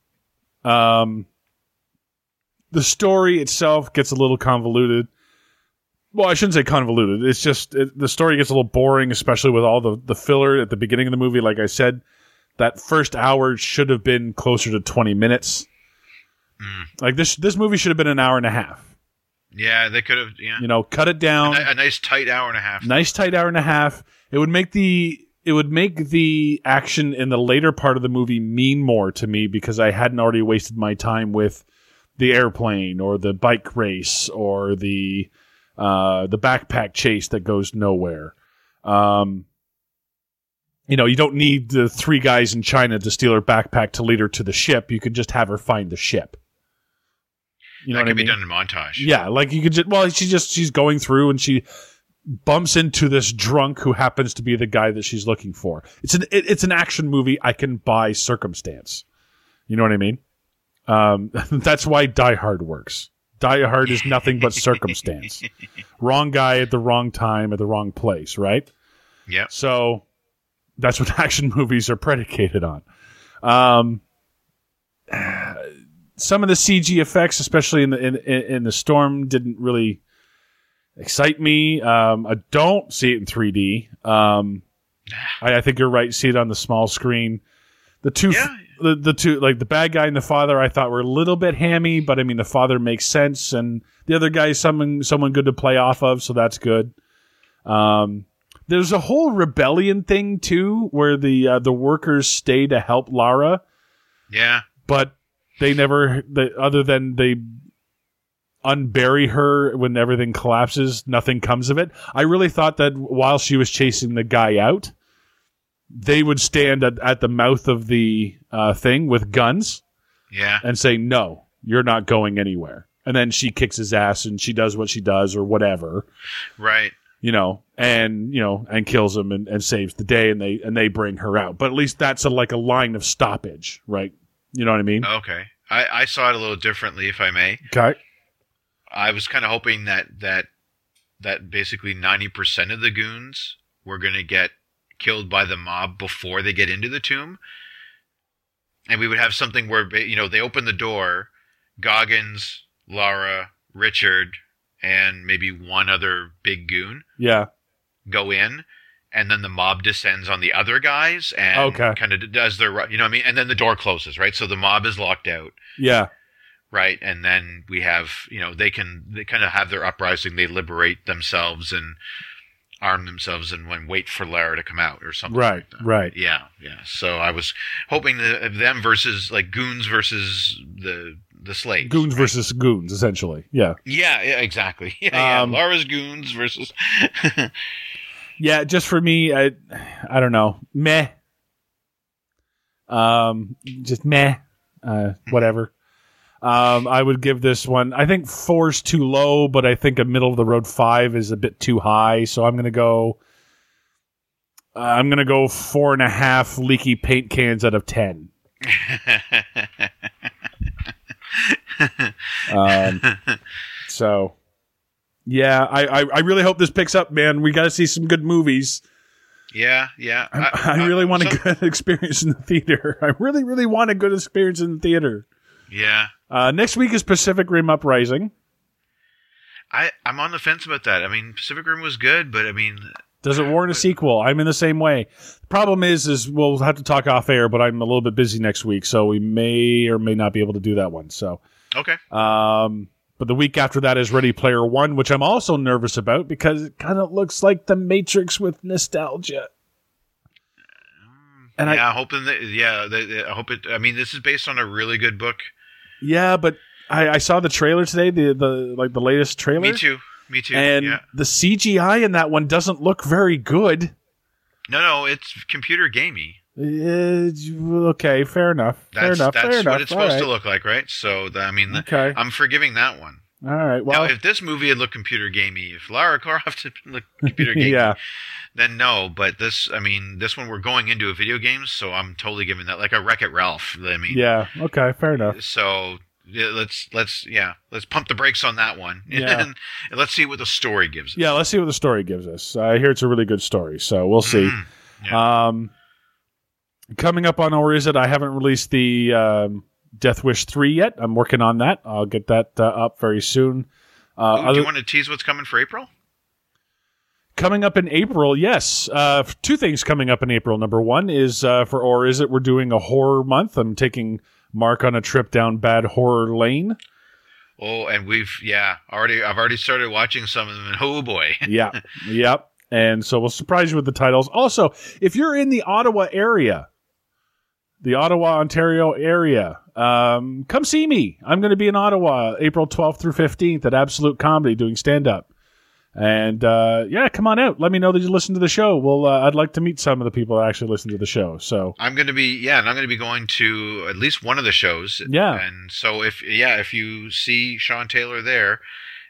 Speaker 1: Um, the story itself gets a little convoluted. Well, I shouldn't say convoluted. It's just it, the story gets a little boring, especially with all the, the filler at the beginning of the movie. Like I said, that first hour should have been closer to 20 minutes.
Speaker 2: Mm.
Speaker 1: Like this, this movie should have been an hour and a half.
Speaker 2: Yeah, they could have. Yeah,
Speaker 1: You know, cut it down.
Speaker 2: a, a nice tight hour and a half.
Speaker 1: nice tight hour and a half. It would make the it would make the action in the later part of the movie mean more to me because I hadn't already wasted my time with the airplane or the bike race or the uh, the backpack chase that goes nowhere. Um, you know, you don't need the three guys in China to steal her backpack to lead her to the ship. You could just have her find the ship. You
Speaker 2: that
Speaker 1: what
Speaker 2: could
Speaker 1: I
Speaker 2: be
Speaker 1: mean?
Speaker 2: done in montage.
Speaker 1: Yeah, like you could just well, she just she's going through and she bumps into this drunk who happens to be the guy that she's looking for. It's an it, it's an action movie I can buy circumstance. You know what I mean? Um, <laughs> that's why Die Hard works. Die Hard is nothing but circumstance. wrong guy at the wrong time at the wrong place, right?
Speaker 2: Yep.
Speaker 1: So that's what <laughs> action movies are predicated on. Um, some of the CG effects, especially in the in, in in the storm, didn't really excite me. Um, I don't see it in 3D. Um, I, I think you're right. See it on the small screen. The two,
Speaker 2: Yeah.
Speaker 1: the, the two, like the bad guy and the father, I thought were a little bit hammy, but I mean the father makes sense, and the other guy is someone someone good to play off of, so that's good. Um, there's a whole rebellion thing too, where the uh, the workers stay to help Lara,
Speaker 2: Yeah.
Speaker 1: but they never they, other than they unbury her when everything collapses nothing comes of it i really thought that while she was chasing the guy out they would stand at, at the mouth of the uh, thing with guns
Speaker 2: Yeah.
Speaker 1: and say no you're not going anywhere and then she kicks his ass and she does what she does or whatever
Speaker 2: Right.
Speaker 1: you know, and you know, and kills him and, and saves the day, and they and they bring her out. But at least that's a, like a line of stoppage, right? You know what I mean?
Speaker 2: Okay. I, I saw it a little differently, if I may.
Speaker 1: Okay.
Speaker 2: I was kind of hoping that that that basically ninety percent of the goons were going to get killed by the mob before they get into the tomb, and we would have something where ba- you know they open the door, Goggins, Lara, Richard, and maybe one other big goon
Speaker 1: Yeah.
Speaker 2: go in. And then the mob descends on the other guys and
Speaker 1: Okay.
Speaker 2: kind of does their, ru- you know what I mean? And then the door closes, right? So the mob is locked out.
Speaker 1: Yeah.
Speaker 2: right? And then we have, you know, they can they kind of have their uprising. They liberate themselves and arm themselves and when wait for Lara to come out or something.
Speaker 1: Right.
Speaker 2: like that.
Speaker 1: Right.
Speaker 2: Yeah, yeah. So I was hoping that uh, them versus like goons versus the the slaves.
Speaker 1: Goons versus goons, essentially. Yeah.
Speaker 2: Yeah, yeah, exactly. <laughs> Yeah,
Speaker 1: Um,
Speaker 2: yeah. Lara's goons versus. <laughs>
Speaker 1: Yeah. Just for me, I, I don't know. Meh. Um. Just meh. Uh. Whatever. Um. I would give this one. I think four's too low, but I think a middle of the road five is a bit too high. So I'm gonna go. Uh, I'm gonna go four and a half leaky paint cans out of ten. Um, so, yeah, I, I I really hope this picks up, man. We got to see some good movies.
Speaker 2: yeah, yeah.
Speaker 1: I, I really want a
Speaker 2: so-
Speaker 1: good <laughs> experience in the theater. I really, really want a good experience in the theater.
Speaker 2: Yeah.
Speaker 1: Uh, next week is Pacific Rim Uprising.
Speaker 2: I, I'm on the fence about that. I mean, Pacific Rim was good, but I mean,
Speaker 1: Does it warrant a sequel? I'm in the same way. The problem is, is we'll have to talk off air, but I'm a little bit busy next week, so we may or may not be able to do that one. So,
Speaker 2: okay.
Speaker 1: um, but the week after that is Ready Player One, which I'm also nervous about because it kind of looks like The Matrix with nostalgia. And I-
Speaker 2: yeah, I, hoping that yeah, that- that- I hope it. I mean, this is based on a really good book.
Speaker 1: Yeah, but I, I saw the trailer today, the the like the latest trailer.
Speaker 2: Me too. Me too.
Speaker 1: and
Speaker 2: yeah.
Speaker 1: the CGI in that one doesn't look very good.
Speaker 2: No, no, it's computer gamey.
Speaker 1: Uh, okay, fair enough.
Speaker 2: That's
Speaker 1: fair enough.
Speaker 2: that's
Speaker 1: fair
Speaker 2: what
Speaker 1: enough.
Speaker 2: it's
Speaker 1: All
Speaker 2: supposed
Speaker 1: right.
Speaker 2: to look like, right? So the, I mean, the-
Speaker 1: Okay.
Speaker 2: I'm forgiving that one.
Speaker 1: All right. Well,
Speaker 2: now, if this movie had looked computer gamey, if Lara Croft had <laughs>
Speaker 1: <laughs>
Speaker 2: looked computer gamey,
Speaker 1: yeah.
Speaker 2: then no. But this, I mean, this one we're going into a video game, so I'm totally giving that like a Wreck It Ralph. I mean,
Speaker 1: Yeah. Okay, fair enough.
Speaker 2: So. Yeah, let's let's yeah let's pump the brakes on that one <laughs>
Speaker 1: Yeah.
Speaker 2: and, and let's see what the story gives us.
Speaker 1: Yeah, let's see what the
Speaker 2: Mm-hmm. Mm.
Speaker 1: story gives us. I hear it's a really good story, so we'll see.
Speaker 2: Mhm. Yeah.
Speaker 1: Um Coming up on Or Is It, I haven't released the um, Death Wish 3 yet. I'm working on that. I'll get that uh, up very soon. Uh,
Speaker 2: Ooh, do
Speaker 1: other-
Speaker 2: you want to tease what's coming for April?
Speaker 1: coming up in April, yes. Uh, f- two things coming up in April. Number one is uh, for Or Is It, we're doing a horror month. I'm taking Mark on a trip down bad horror lane.
Speaker 2: Oh, and we've yeah already. I've already started watching some of them, and oh boy, <laughs>
Speaker 1: yeah. Yep. And so we'll surprise you with the titles. Also, if you're in the Ottawa area, the Ottawa, Ontario area, um, come see me. I'm going to be in Ottawa April 12th through 15th at Absolute Comedy doing stand up. And uh, yeah, come on out. Let me know that you listen to the show. Well, uh, I'd like to meet some of the people that actually listen to the show. So
Speaker 2: I'm going to be yeah, and I'm going to be going to at least one of the shows.
Speaker 1: yeah,
Speaker 2: And so if yeah, if you see Sean Taylor there,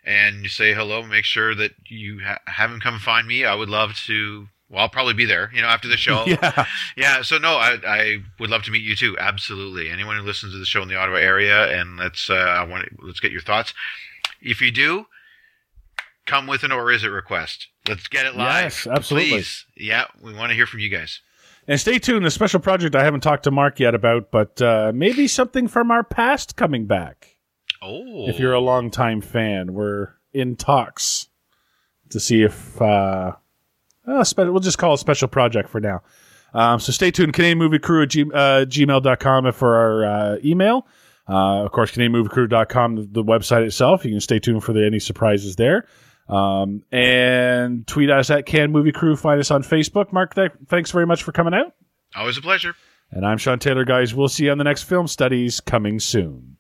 Speaker 2: and you say hello, make sure that you ha- have him come find me. I would love to. Well, I'll probably be there. You know, after
Speaker 1: <laughs>
Speaker 2: the show.
Speaker 1: yeah,
Speaker 2: Yeah, so no, I, I would love to meet you too. Absolutely, anyone who listens to the show in the Ottawa area, and let's uh, I want let's get your thoughts. If you do, come with an or is it request. Let's get it live.
Speaker 1: Yes, absolutely.
Speaker 2: Please. Yeah, we want to hear from you guys.
Speaker 1: and stay tuned. A special project I haven't talked to Mark yet about, but uh, maybe something from our past coming back.
Speaker 2: Oh,
Speaker 1: if you're a longtime fan, we're in talks to see if uh, uh, spe- we'll just call it special project for now. Um, so stay tuned, Canadian Movie Crew at g- uh, gmail.com for our uh, email. Uh, of course, CanadianMovieCrew.com, the, the website itself. You can stay tuned for the, any surprises there. Um, and tweet us at Can Movie Crew. Find us on Facebook. Mark, th- thanks very much for coming out.
Speaker 2: always a pleasure.
Speaker 1: And I'm Sean Taylor, guys. We'll see you on the next film studies coming soon.